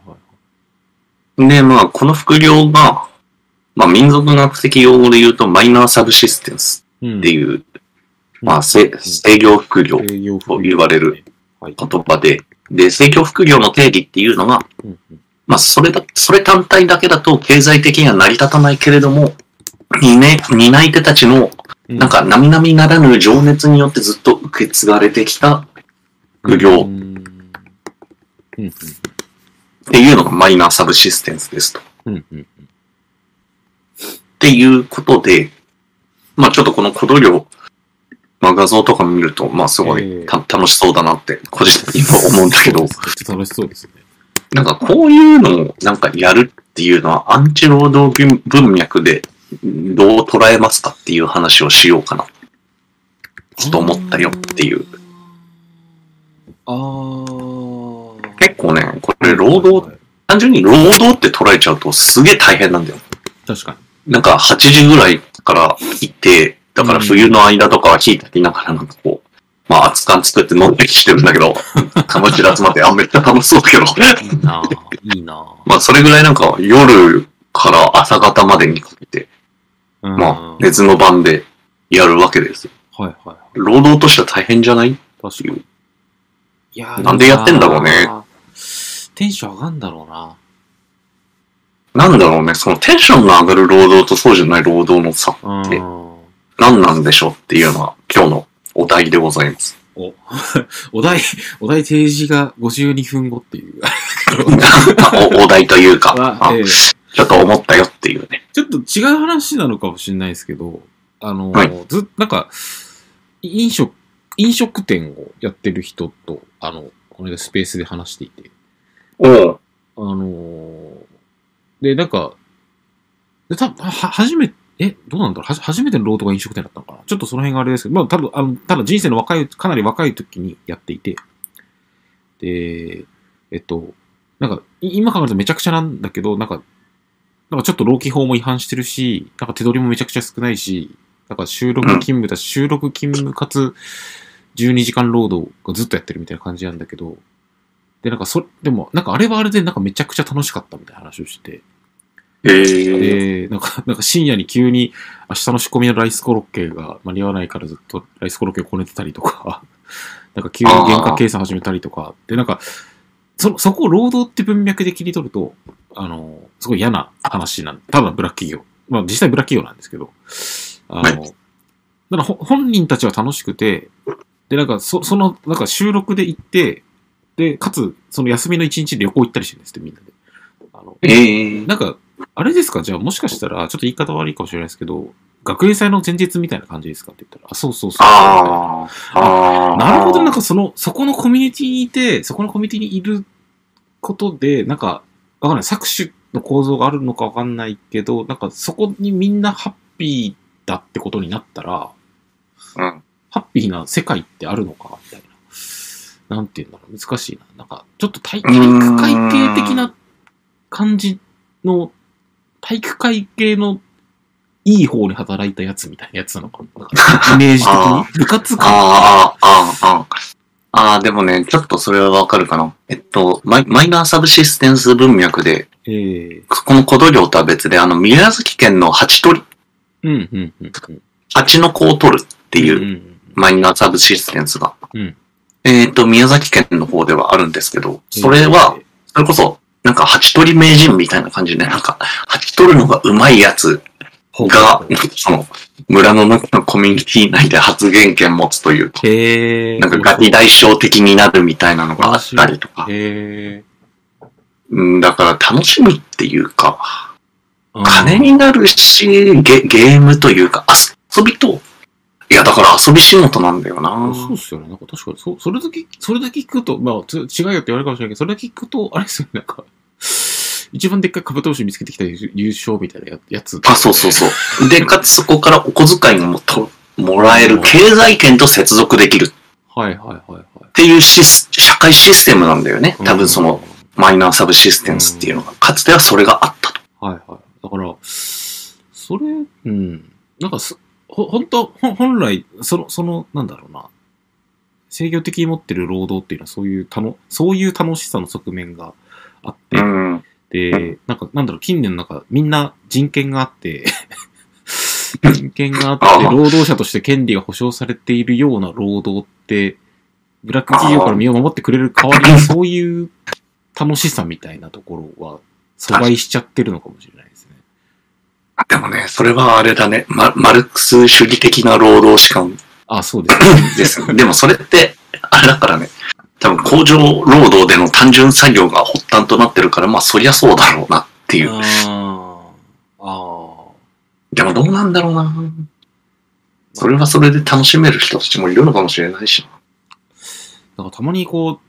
[SPEAKER 2] ね。で、まあ、この副業が、まあ、民族学的用語で言うと、マイナーサブシステンス
[SPEAKER 1] い。うん
[SPEAKER 2] って
[SPEAKER 1] う、
[SPEAKER 2] いう、まあ、せ制御副業
[SPEAKER 1] 営業
[SPEAKER 2] と言われる。
[SPEAKER 1] はい。
[SPEAKER 2] 言葉で、で、制御副業の定義っていうのが、
[SPEAKER 1] うんうん
[SPEAKER 2] まあ、それだ、それ単体だけだと経済的には成り立たないけれども、担い担い手たちの、
[SPEAKER 1] う
[SPEAKER 2] なん、か、並々ならぬ情熱によってずっと受け継がれてきた副業
[SPEAKER 1] う
[SPEAKER 2] っ
[SPEAKER 1] ん。うん
[SPEAKER 2] ていうのがマイナーサブシステムですと。っ
[SPEAKER 1] うん。うんうん。
[SPEAKER 2] ていうことで、まあ、ちょっとこの小塗料、まあ、画像とか見ると、まあ、すご
[SPEAKER 1] ええ
[SPEAKER 2] いた楽しそうだなって、個人的には思うんだけ
[SPEAKER 1] そ
[SPEAKER 2] ど
[SPEAKER 1] うで、すねちょっと楽しそうですね。
[SPEAKER 2] なんかこういうのをなんかやるっていうのはアンチ労働文脈でどう捉えますかっていう話をしようかな。ちょっと思ったよっていう。
[SPEAKER 1] あー。
[SPEAKER 2] 結構ね、これ労働、
[SPEAKER 1] はい
[SPEAKER 2] 単純に労働って捉えちゃうとすげえ大変なんだよ。
[SPEAKER 1] 確か
[SPEAKER 2] なんか8時ぐらいからいて、だから冬の間とかは火焚きながらなんかこう、まあ熱燗作って飲んだりしてるんだけど、 友達で集まって、あ、めっちゃ楽しそうだけど。
[SPEAKER 1] に。いいな ぁ。いいな
[SPEAKER 2] まあそれぐらいなんか夜から朝方までにかけて、
[SPEAKER 1] ぁ。
[SPEAKER 2] まあ、
[SPEAKER 1] うん
[SPEAKER 2] 別の番でやるわけですよ。
[SPEAKER 1] はいはいはい。
[SPEAKER 2] 労働としては大変じゃない
[SPEAKER 1] 確かに。いや
[SPEAKER 2] なんでやってんだろうね。
[SPEAKER 1] かテンション上がんだろうな。
[SPEAKER 2] なんだろうね、そのテンションが上がる労働とそうじゃない労働の差、
[SPEAKER 1] うん
[SPEAKER 2] で。何なんでしょうっていうのは今日のお題でござい ます。
[SPEAKER 1] お、お題、お題提示が52分後っていう。
[SPEAKER 2] おお題というか、
[SPEAKER 1] は
[SPEAKER 2] あ
[SPEAKER 1] ええ
[SPEAKER 2] ちょっと思ったよっていうね。
[SPEAKER 1] ちょっと違う話なのかもしれないですけど、あの、
[SPEAKER 2] は
[SPEAKER 1] ずっなんか、飲食、飲食店をやってる人と、あの、この間スペースで話していて、
[SPEAKER 2] おう
[SPEAKER 1] あのーで、なんか、で、たは、初めて、え、どうなんだろうはじ初めてのロードが飲食店だったのかなちょっとその辺があれですけど、まあ、ただ、あの、ただ人生の若い、かなり若い時にやっていて、で、えっと、なんか、い今考えるとめちゃくちゃなんだけど、なんか、なんかちょっと労基法も違反してるし、なんか手取りもめちゃくちゃ少ないし、なんか収録勤務だし、収録勤務かつ12時間労働がずっとやってるみたいな感じなんだけど、で、なんかそ、でも、なんかあれはあれでなんかめちゃくちゃ楽しかったみたいな話をしてて、
[SPEAKER 2] ええ
[SPEAKER 1] で、なんか、なんか深夜に急に明日の仕込みのライスコロッケが間に合わないからずっとライスコロッケをこねてたりとか、 なんか急に原価計算始めたりとか、で、なんか、そ、そこを労働って文脈で切り取ると、あの、すごい嫌な話なん、ただブラック企業。まあ実際ブラック企業なんですけど、あの、だからほ本人たちは楽しくて、で、なんか、そ、その、なんか収録で行って、で、かつ、その休みの一日で旅行行ったりしてるんですって、みんなで。あの、
[SPEAKER 2] ええ
[SPEAKER 1] なんか、あれですかじゃあもしかしたら、ちょっと言い方悪いかもしれないですけど、学園祭の前日みたいな感じですかって言ったら、あ、そうそうそう。
[SPEAKER 2] ああ、ああ。
[SPEAKER 1] なるほど、なんかその、そこのコミュニティにいて、そこのコミュニティにいることで、なんか、わかんない、搾取の構造があるのかわかんないけど、なんかそこにみんなハッピーだってことになったら、
[SPEAKER 2] うん。
[SPEAKER 1] ハッピーな世界ってあるのかみたいな。なんて言うんだろう、難しいな。なんか、ちょっと体体育会系的な感じの、体育会系のいい方に働いたやつみたいなやつなのかな。なんかイメージ的
[SPEAKER 2] あ
[SPEAKER 1] に。部活感。
[SPEAKER 2] ああ、ああ、ああ。ああ、でもね、ちょっとそれはわかるかな。えっと、マイマイナーサブシステンス文脈で、
[SPEAKER 1] ええ
[SPEAKER 2] この小土量とは別で、あの、宮崎県の蜂取り、
[SPEAKER 1] うん、うん、うん。っ
[SPEAKER 2] 蜂の子を取るっ
[SPEAKER 1] て
[SPEAKER 2] ていう
[SPEAKER 1] う。
[SPEAKER 2] マイナーサブシステムが、
[SPEAKER 1] うん
[SPEAKER 2] えっ、と、宮崎県の方ではあるんですけど、それは、、それこそ、なんか蜂取り名人みたいな感じで、なんか、蜂取るのがうまいやつが、その、村の中のコミュニティ内で発言権持つという、
[SPEAKER 1] へえ。
[SPEAKER 2] なんかガキ大将的になるみたいなのがあったりとか、
[SPEAKER 1] へえ。
[SPEAKER 2] うんだから楽しみっていうか、
[SPEAKER 1] うん
[SPEAKER 2] 金になるし、ゲゲームというか遊びと、いやだから遊び仕事なんだよな。
[SPEAKER 1] そうっすよね。なんか確かに、そそれだけ、それだけ聞くと、まあ、つ違うよって言われるかもしれないけど、それだけ聞くと、あれですよね、なんか、一番でっかいカブトムシ見つけてきた優優勝みたいなややつ。
[SPEAKER 2] あ、そうそうそう。で、かつそこからお小遣いもともらえる、経済圏と接続できるっ
[SPEAKER 1] はいはいはいはい。
[SPEAKER 2] ていうシス社会システムなんだよね。多分その、マイナーサブシステムスっていうのが、かつてはそれがあったと。
[SPEAKER 1] はいはい。だから、それ、うん。なんかす、ほ、本当ほ本来、その、その、なんだろうな。制御的に持ってる労働っていうのは、そういう、たの、そういう楽しさの側面があって、
[SPEAKER 2] ん。
[SPEAKER 1] で、なんか、なんだろう、近年なんか、みんな人権があ って、人権があって、労働者として権利が保障されているような労働って、ブラック企業から身を守ってくれる代わ りに、そういう楽しさみたいなところは、阻害しちゃってるのかもしれないですね。
[SPEAKER 2] でもね、それはあれだね。ママルクス主義的な労働士官
[SPEAKER 1] あ、そうですね。
[SPEAKER 2] です。 でもそれって、あれだからね。多分工場労働での単純作業が発端となってるから、まあそりゃそうだろうなっていう。
[SPEAKER 1] あーあ
[SPEAKER 2] でもどうなんだろうな。それはそれで楽しめる人たちもいるのかもしれないし。
[SPEAKER 1] ー。なんかたまにこ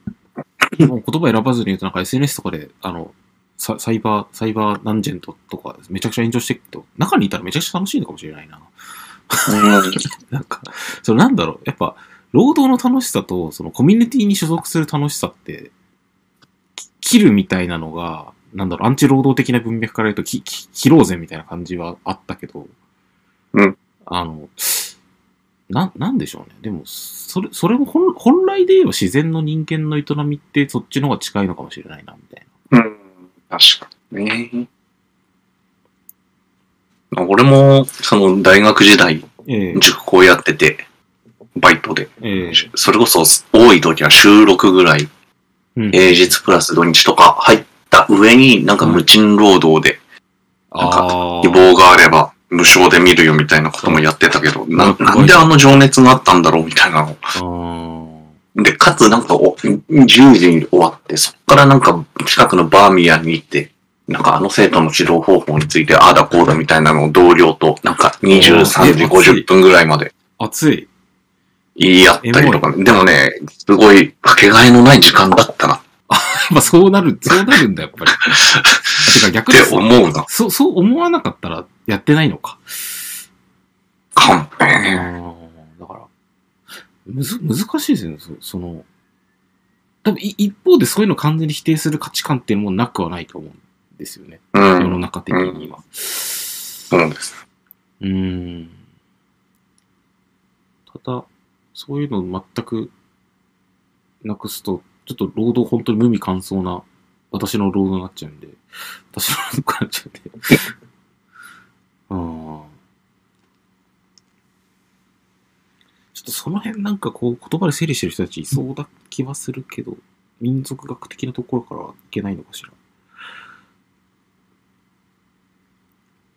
[SPEAKER 1] う、もう言葉選ばずに言うと、なんか SNS とかで、あの、ササイバー、サイバーナンジェントとか、めちゃくちゃ炎上してると、中にいたらめちゃくちゃ楽しいのかもしれないな。 なんか、そのなんだろう、やっぱ、労働の楽しさと、そのコミュニティに所属する楽しさって、き切るみたいなのが、なんだろう、アンチ労働的な文脈から言うと、きき切ろうぜみたいな感じはあったけど、
[SPEAKER 2] うん。
[SPEAKER 1] あの、な、なんでしょうね。でも、それ、それも本本来で言えば自然の人間の営みってそっちの方が近いのかもしれないな、みたい
[SPEAKER 2] うん、確かにね。俺も、その大学時代、
[SPEAKER 1] な。ええ
[SPEAKER 2] 塾校やってて、バイトで。
[SPEAKER 1] ええ
[SPEAKER 2] それこそ多い時は週6ぐらい、
[SPEAKER 1] うん
[SPEAKER 2] 平日プラス土日とか入った上に、なんか無賃労働で、なんか
[SPEAKER 1] あ
[SPEAKER 2] 希
[SPEAKER 1] ー
[SPEAKER 2] 望があれば無償で見るよみたいなこともやってたけど、な
[SPEAKER 1] うん
[SPEAKER 2] なんであの情熱があったんだろうみたいなの
[SPEAKER 1] あー。
[SPEAKER 2] で、かつなんかお、10時に終わって、そっからなんか近くのバーミヤンに行って、なんかあの生徒の指導方法について、ああだこうだみたいなのを同僚と、なんか23時50分ぐらいまで
[SPEAKER 1] 熱い。
[SPEAKER 2] 言い合ったりとかね。でもね、すごいかけがえのない時間だったなっ
[SPEAKER 1] まあそうなる、そうなるんだ、やっぱり。てか逆に
[SPEAKER 2] て思うな。
[SPEAKER 1] そう、そう思わなかったらやってないのか。
[SPEAKER 2] かん
[SPEAKER 1] あ
[SPEAKER 2] ね。
[SPEAKER 1] ーだから、むず、難しいですよね、そその、多分い一方でそういうのを完全に否定する価値観っていうのもなくはないと思うんですよね。
[SPEAKER 2] う
[SPEAKER 1] 世の
[SPEAKER 2] ん。
[SPEAKER 1] 中的には。
[SPEAKER 2] そうです。
[SPEAKER 1] うーん。ただ、そういうのを全くなくすと、ちょっと労働本当に無味乾燥な、私の労働になっちゃうんで、私の労働になっちゃうんで。 うん。ちょっとその辺なんかこう言葉で整理してる人たちいそうだ気はするけど、民族学的なところからはいけないのかしら。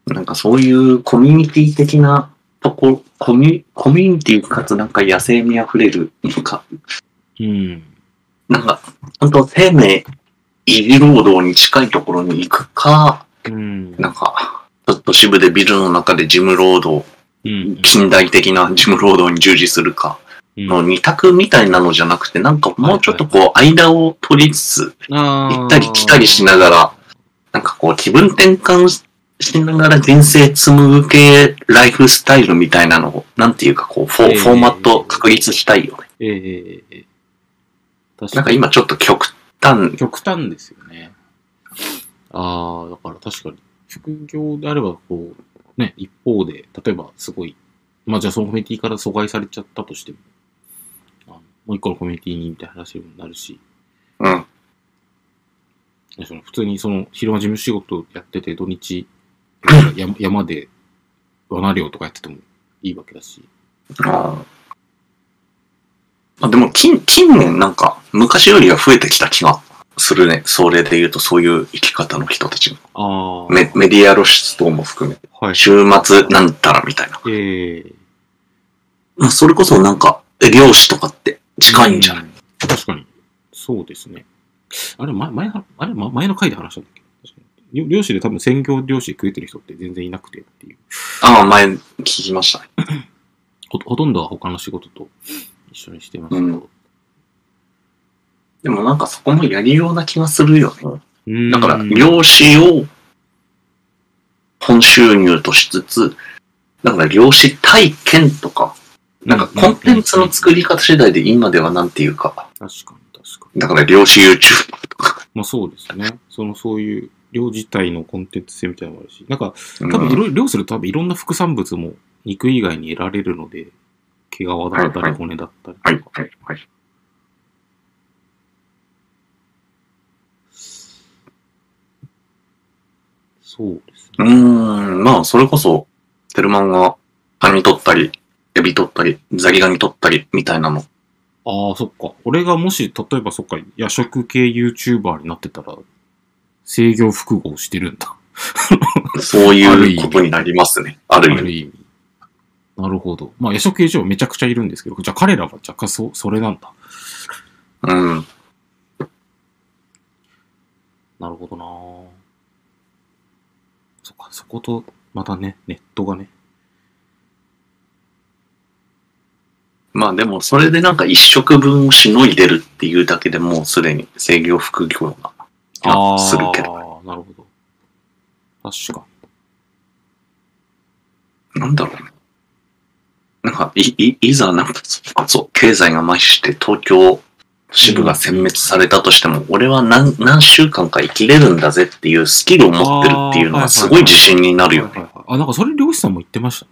[SPEAKER 2] なんかそういうコミュニティ的なとこ、コミュ、コミュニティかつなんか野生味あふれる、なんか
[SPEAKER 1] うん。
[SPEAKER 2] なんか、ほんと生命維持労働に近いところに行くか、
[SPEAKER 1] うん。
[SPEAKER 2] なんか、ちょっと支部でビルの中で事務労働、
[SPEAKER 1] うん。
[SPEAKER 2] 近代的な事務労働に従事するか、
[SPEAKER 1] うん
[SPEAKER 2] の二択みたいなのじゃなくて、なんかもうちょっとこう、間を取りつつ、行
[SPEAKER 1] 行
[SPEAKER 2] ったり来たりしながら、なんかこう、気分転換ししながら人生紡ぐ系ライフスタイルみたいなのを、なんていうかこう、フォ,、
[SPEAKER 1] ええ
[SPEAKER 2] フォーマット確立したいよね。
[SPEAKER 1] ええええええ確
[SPEAKER 2] な
[SPEAKER 1] か
[SPEAKER 2] んか
[SPEAKER 1] に。
[SPEAKER 2] 今ちょっと極端
[SPEAKER 1] 極端ですよね。ああ、だから確かに、副業であれば、こう、ね、一方で、例えばすごい、まあじゃあそのコミュニティから阻害されちゃったとしても、あのもう一個のコミュニティにみたいな話になるし、
[SPEAKER 2] うん。
[SPEAKER 1] その普通にその昼間事務仕事やってて土日、や山で罠漁とかやっててもいいわけだし。
[SPEAKER 2] ああでも近、近年なんか、昔よりは増えてきた気がするね。それで言うと、そういう生き方の人たちが。
[SPEAKER 1] ああ。
[SPEAKER 2] メメディア露出等も含め、
[SPEAKER 1] はい。
[SPEAKER 2] 週末なんたらみたいな。
[SPEAKER 1] ええ
[SPEAKER 2] まあ、それこそなんか、え漁師とかって近いんじゃない、
[SPEAKER 1] うん確かに。そうですね。あれ、前、前は、あれ、ま前の回で話したんだっけ確かに漁漁師で多分専業漁師食えてる人って全然いなくてっていう。
[SPEAKER 2] ああ、前聞きましたね。
[SPEAKER 1] ほほとんどは他の仕事と一緒にしてますけど。
[SPEAKER 2] でもなんかそこもやりような気がするよね。
[SPEAKER 1] うん
[SPEAKER 2] だから、漁師を本収入としつつ、だから漁師体験とか、なんかコンテンツの作り方次第で今ではなんていうか、
[SPEAKER 1] 確かに確かに。
[SPEAKER 2] だから漁師 YouTuber とか、
[SPEAKER 1] まあそうですね。その、そういう、漁自体のコンテンツ性みたいなのもあるし、なんか、
[SPEAKER 2] うん
[SPEAKER 1] 多分いろいろ、漁すると多分いろんな副産物も肉以外に得られるので、毛皮だった
[SPEAKER 2] はいは
[SPEAKER 1] り
[SPEAKER 2] い
[SPEAKER 1] 骨だったりとか。
[SPEAKER 2] はい、はい、はい。
[SPEAKER 1] そうです
[SPEAKER 2] う
[SPEAKER 1] ね。
[SPEAKER 2] ーん、まあ、それこそ、テルマンがカニ取ったり、エビ取ったり、ザリガニ取ったり、みたいなの。
[SPEAKER 1] ああ、そっか。俺がもし、例えばそっか、夜食系 YouTuber になってたら、制御複合してるんだ。
[SPEAKER 2] そう
[SPEAKER 1] ある意
[SPEAKER 2] いう
[SPEAKER 1] 味
[SPEAKER 2] ことになりますね。あ
[SPEAKER 1] あ
[SPEAKER 2] る意
[SPEAKER 1] る
[SPEAKER 2] 味。
[SPEAKER 1] 意味。なるほど。まあ、夜食系 YouTuber めちゃくちゃいるんですけど、じゃあ彼らは若干そ、それなんだ。
[SPEAKER 2] うん。
[SPEAKER 1] なるほどなぁそっか、そこと、またね、ネットがね。
[SPEAKER 2] まあでも、それでなんか一食分をしのいでるっていうだけでもうすでに制御副業な気がするけ
[SPEAKER 1] ど。
[SPEAKER 2] ど。
[SPEAKER 1] なるほど。確か。
[SPEAKER 2] なんだろうね。なんか、い、い、いざなんか、それこそ経済が麻痺して東京支部が殲滅されたとしても、俺は何、何週間か生きれるんだぜっていうスキルを持ってるってい
[SPEAKER 1] あーはいは
[SPEAKER 2] うの
[SPEAKER 1] いはい
[SPEAKER 2] はすごい自信になるよ
[SPEAKER 1] はい
[SPEAKER 2] ね。
[SPEAKER 1] はいはいあ、なんかそれ漁師さんも言ってましたね。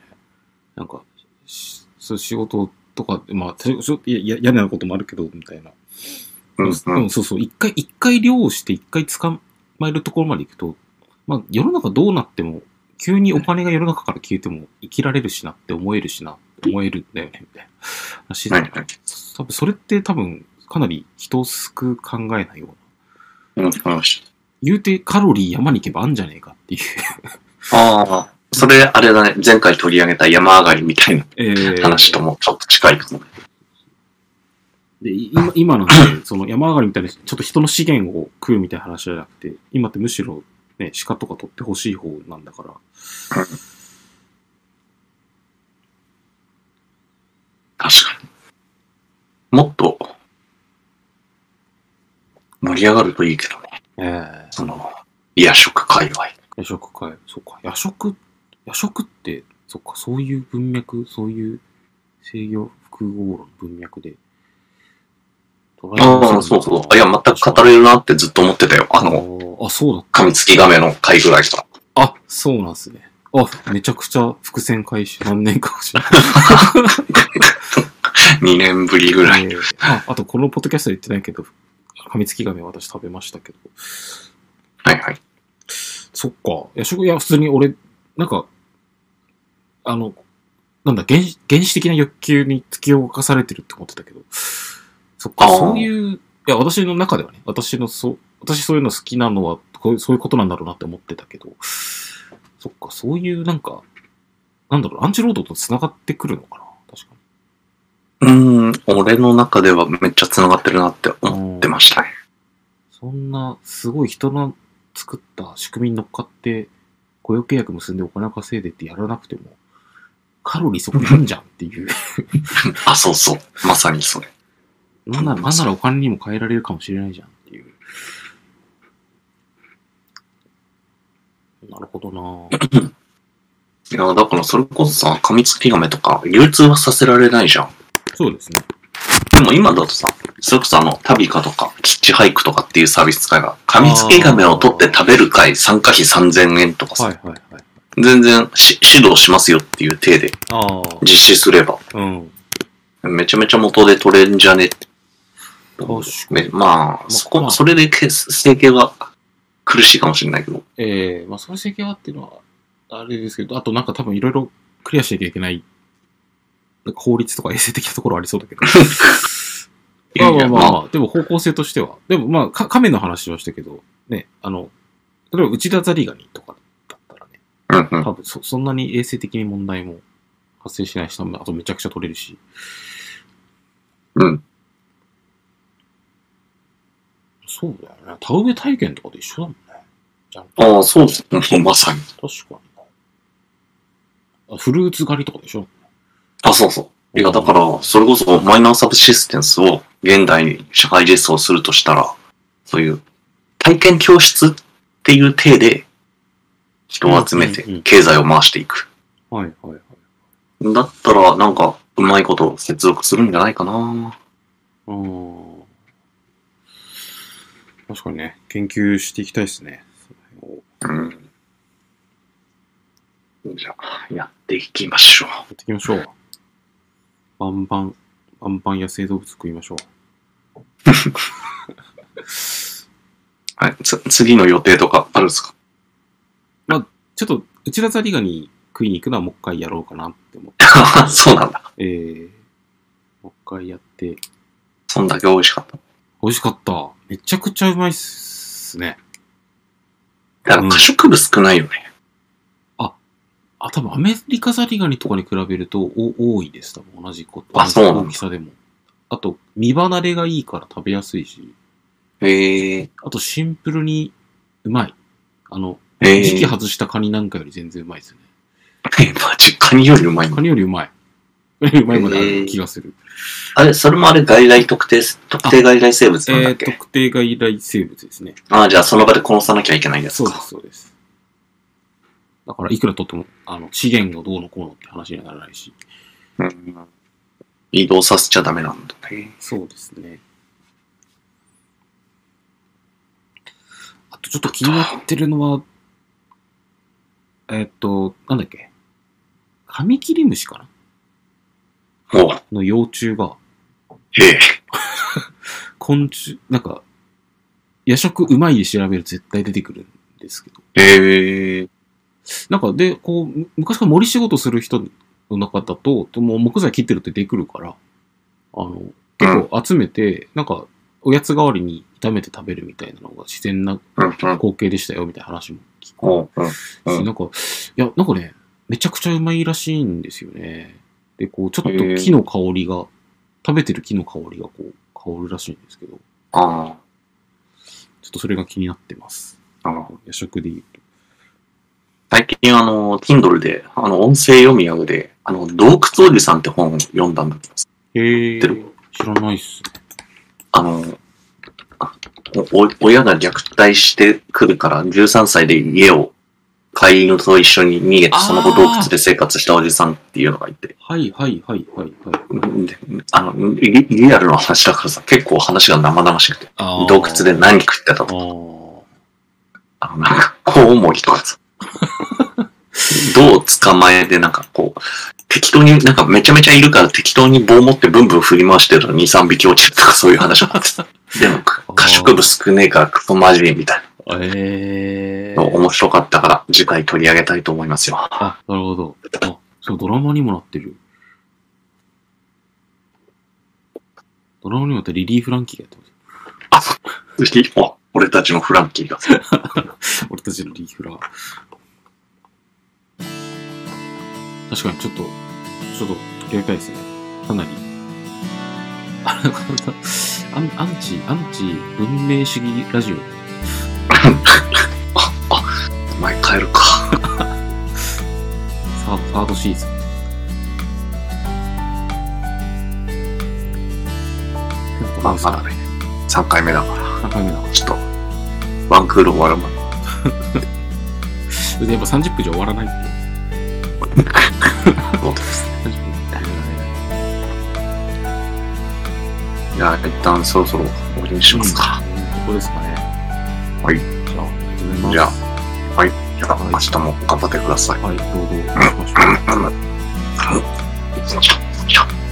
[SPEAKER 1] なんか、しそう仕事とか、まあ、仕事いやいや嫌なこともあるけど、みたいな。
[SPEAKER 2] うん
[SPEAKER 1] でもそうそう、一回、一回漁をして、一回捕まえるところまで行くと、まあ、世の中どうなっても、急にお金が世の中から消えても生きられるしなって思えるしな、思えるんだよね、みたいな話で
[SPEAKER 2] はいはい
[SPEAKER 1] 多分それって多分、かなり人を救う考えないような。
[SPEAKER 2] うんうん
[SPEAKER 1] 言うてカロリー山に行けばあんじゃねえかっていう。
[SPEAKER 2] ああ、それあれだね、前回取り上げた山上がりみたいな
[SPEAKER 1] えー
[SPEAKER 2] 話ともちょっと近いかもね。
[SPEAKER 1] で、い今、今 なんで、その山上がりみたいな、ちょっと人の資源を食うみたいな話じゃなくて、今ってむしろ、ね、鹿とか取ってほしい方なんだから。
[SPEAKER 2] 確かに。もっと盛り上がるといいけどね、
[SPEAKER 1] ええ
[SPEAKER 2] その、夜食界隈。
[SPEAKER 1] 夜食会、そっか、夜食、夜食って、そっか、そういう文脈、そういう制御複合論文脈で。捉
[SPEAKER 2] ああ、そうそう。いや、全く語
[SPEAKER 1] る
[SPEAKER 2] れるなってずっと思ってたよ。あの、
[SPEAKER 1] あ、そうだった。
[SPEAKER 2] 噛みつき亀の回ぐらいから。
[SPEAKER 1] あ、そうなんですね。あ、めちゃくちゃ伏線回収、何年かもしれない。
[SPEAKER 2] 2年ぶり ぐらい。
[SPEAKER 1] えーああと、このポッドキャストで言ってないけど、カミツキガメ私食べましたけど。
[SPEAKER 2] はいはい。
[SPEAKER 1] そっか。夜食、いや、普通に俺、なんか、あの、なんだ、原始原始的な欲求に突き動かされてるって思ってたけど、そっか、
[SPEAKER 2] あー
[SPEAKER 1] そういう、いや、私の中ではね、私の、そう、私そういうの好きなのは、こういうそういうことなんだろうなって思ってたけど、そっか、そういう、なんか、なんだろう、アンチロードと繋がってくるのかな確かに。
[SPEAKER 2] うーん、俺の中ではめっちゃ繋がってるなって思ってましたね。
[SPEAKER 1] そんな、すごい人の作った仕組みに乗っかって、雇用契約結んでお金を稼いでってやらなくても、カロリーそこにあんじゃんって いう。
[SPEAKER 2] あ、そうそう。まさにそれ。
[SPEAKER 1] なんなら、なんならお金にも変えられるかもしれないじゃんっていう。なるほどなぁ。
[SPEAKER 2] いや、だからそれこそさ、噛みつき亀とか、流通はさせられないじゃん。
[SPEAKER 1] そうですね。
[SPEAKER 2] でも今だとさ、それこそあの、タビカとか、キッチハイクとかっていうサービス会が、噛みつき亀を取って食べる会、参加費3000円とかさ、
[SPEAKER 1] はいはいはい。
[SPEAKER 2] 全然し指導しますよっていう体で
[SPEAKER 1] あ
[SPEAKER 2] 実施すれば、
[SPEAKER 1] あ。うん。
[SPEAKER 2] めちゃめちゃ元で取れんじゃね
[SPEAKER 1] 確か
[SPEAKER 2] ね、まあ、そこ、それでけ整形は苦しいかもしれないけど。
[SPEAKER 1] ええまあ、それ責任はっていうのは、あれですけど、あとなんか多分いろいろクリアしなきゃいけない、なんか法律とか衛生的なところありそう だけど。まあまあまあまあ、でも方向性としては。でもまあ、か亀の話はしたけど、ね、あの、例えば内田ザリガニとかだったらね、
[SPEAKER 2] あうんうん。
[SPEAKER 1] 多分そそんなに衛生的に問題も発生しないし、多分あとめちゃくちゃ取れるし。
[SPEAKER 2] うん。
[SPEAKER 1] そそうだよね。田植え体験とかと一緒だもんね。じゃん
[SPEAKER 2] ああ、そうですね。 もうまさに。
[SPEAKER 1] 確かに。あフルーツ狩りとかでしょ
[SPEAKER 2] あ、そうそう。いや、だから、それこそマイナーサブシステムスを現代に社会実装するとしたら、そういう体験教室っていう体で人を集め
[SPEAKER 1] うんうんう
[SPEAKER 2] て
[SPEAKER 1] ん
[SPEAKER 2] 経済を回していく。
[SPEAKER 1] はいはいはい。
[SPEAKER 2] だったら、なんか、うまいこと接続するんじゃないかな
[SPEAKER 1] うん。確かにね、研究していきたいですね。その辺を
[SPEAKER 2] うん。じゃあ、やっていきましょう。
[SPEAKER 1] やっていきましょう。バンバン、バンバン野生動物食いましょう。
[SPEAKER 2] はい、つ次の予定とかあるんですか
[SPEAKER 1] ちょっと、内田ザリガニ食いに行くのはもう一回やろうかなって思って。
[SPEAKER 2] そうなんだ。
[SPEAKER 1] えー、もう一回やって。
[SPEAKER 2] そんだけ美味しかった。
[SPEAKER 1] 美味しかった。めちゃくちゃうまいっすね。
[SPEAKER 2] だから、可食部少ないよね。
[SPEAKER 1] あ、多分アメリカザリガニとかに比べるとお多いです。多分同じこと。
[SPEAKER 2] あそうなんだ
[SPEAKER 1] 大きさでも。あと、身離れがいいから食べやすいし、
[SPEAKER 2] へ え
[SPEAKER 1] あとシンプルにうまい。あの、
[SPEAKER 2] ー。え
[SPEAKER 1] 時期外したカニなんかより全然うまいですね。
[SPEAKER 2] マジ、カニよりうまいの
[SPEAKER 1] カニよりうまい。カニよりうまいまであ
[SPEAKER 2] え
[SPEAKER 1] る
[SPEAKER 2] ー
[SPEAKER 1] 気がする。
[SPEAKER 2] あれ、それもあれ外来特定、特定外来生物なん
[SPEAKER 1] え
[SPEAKER 2] だっ
[SPEAKER 1] ー、
[SPEAKER 2] け、
[SPEAKER 1] 特定外来生物ですね。
[SPEAKER 2] ああ、じゃあその場で殺さなきゃいけないやつ
[SPEAKER 1] そうで
[SPEAKER 2] か。
[SPEAKER 1] す、そうです。だから、いくら取っても、あの、資源がどうのこうのって話にはならないし。
[SPEAKER 2] うん移動させちゃダメなんだね。
[SPEAKER 1] そうですね。あとちょっと気になってるのは、えっと、なんだっけ。カミキリムシかな
[SPEAKER 2] おう
[SPEAKER 1] の幼虫が、
[SPEAKER 2] へえ。
[SPEAKER 1] 昆虫、なんか、夜食うまいで調べると絶対出てくるんですけど。
[SPEAKER 2] へえ。
[SPEAKER 1] なんかで、こう、む昔から森仕事する人の中だと、でも木材切ってるって出てくるから、あの、結構集めて、なんか、おやつ代わりに炒めて食べるみたいなのが自然な
[SPEAKER 2] うんうん。
[SPEAKER 1] 光景でしたよみたいな話も聞く
[SPEAKER 2] おううん。
[SPEAKER 1] し、
[SPEAKER 2] うん
[SPEAKER 1] なんか、いや、なんかね、めちゃくちゃうまいらしいんですよね。で、こう、ちょっと
[SPEAKER 2] へー
[SPEAKER 1] 木の香りが、食べてる木の香りがこう、香るらしいんですけど、ちょ
[SPEAKER 2] あ
[SPEAKER 1] っとそれが気になってます。
[SPEAKER 2] あああ。
[SPEAKER 1] 夜食で言うと。
[SPEAKER 2] 最近あの、Kindle で、あの、音声読み上げで、あの、洞窟おじさんって本を読んだんだけど、
[SPEAKER 1] へえ
[SPEAKER 2] 知ってる
[SPEAKER 1] 知らないっすね。
[SPEAKER 2] あの、あお親が虐待してくるから、13歳で家を飼い犬と一緒に逃げて、その後洞窟で生活したおじさんっていうのがいて、
[SPEAKER 1] はいはいはいはいはい。
[SPEAKER 2] であのリ、リアルの話だからさ、結構話が生々しくて、
[SPEAKER 1] あー
[SPEAKER 2] 洞窟で何食ってた
[SPEAKER 1] あ
[SPEAKER 2] と、
[SPEAKER 1] ー
[SPEAKER 2] あの、なんか、コウモリとか さ、どう捕まえて、なんかこう、適当に、なんかめちゃめちゃいるから適当に棒持ってブンブン振り回してるのに2、3匹落ちるとかそういう話もあ って、でも、可食部少ねえからクソマジみたいな。
[SPEAKER 1] ええ
[SPEAKER 2] 面白かったから、次回取り上げたいと思いますよ。
[SPEAKER 1] あ、なるほど。あ、そう、ドラマにもなってる。ドラマにもなってリリー・フランキーがやってま
[SPEAKER 2] 次お俺たちのフランキーが。
[SPEAKER 1] す。俺たちのリーフラー。確かに、ちょっと、ちょっと、取り上げたいですね。かなり。あなんかアンアンチ、アンチ文明主義ラジオ。
[SPEAKER 2] お前帰るか。
[SPEAKER 1] サーサードシーズン。
[SPEAKER 2] まあ、まだね。3回目だか
[SPEAKER 1] 3回目だ。
[SPEAKER 2] ら、ちょっと、ワンクール終わるまで。
[SPEAKER 1] で、やっぱ30分じゃ終わらないって。
[SPEAKER 2] そうです
[SPEAKER 1] 30分。
[SPEAKER 2] じゃあ、一旦そろそろ終わりにしますか。
[SPEAKER 1] ここですかね。
[SPEAKER 2] はい
[SPEAKER 1] じゃあ、始めます。
[SPEAKER 2] じゃじゃあ、明日も頑張ってください。
[SPEAKER 1] はい、どうぞ、お願いしましょう。
[SPEAKER 2] うんよいしょよいしょ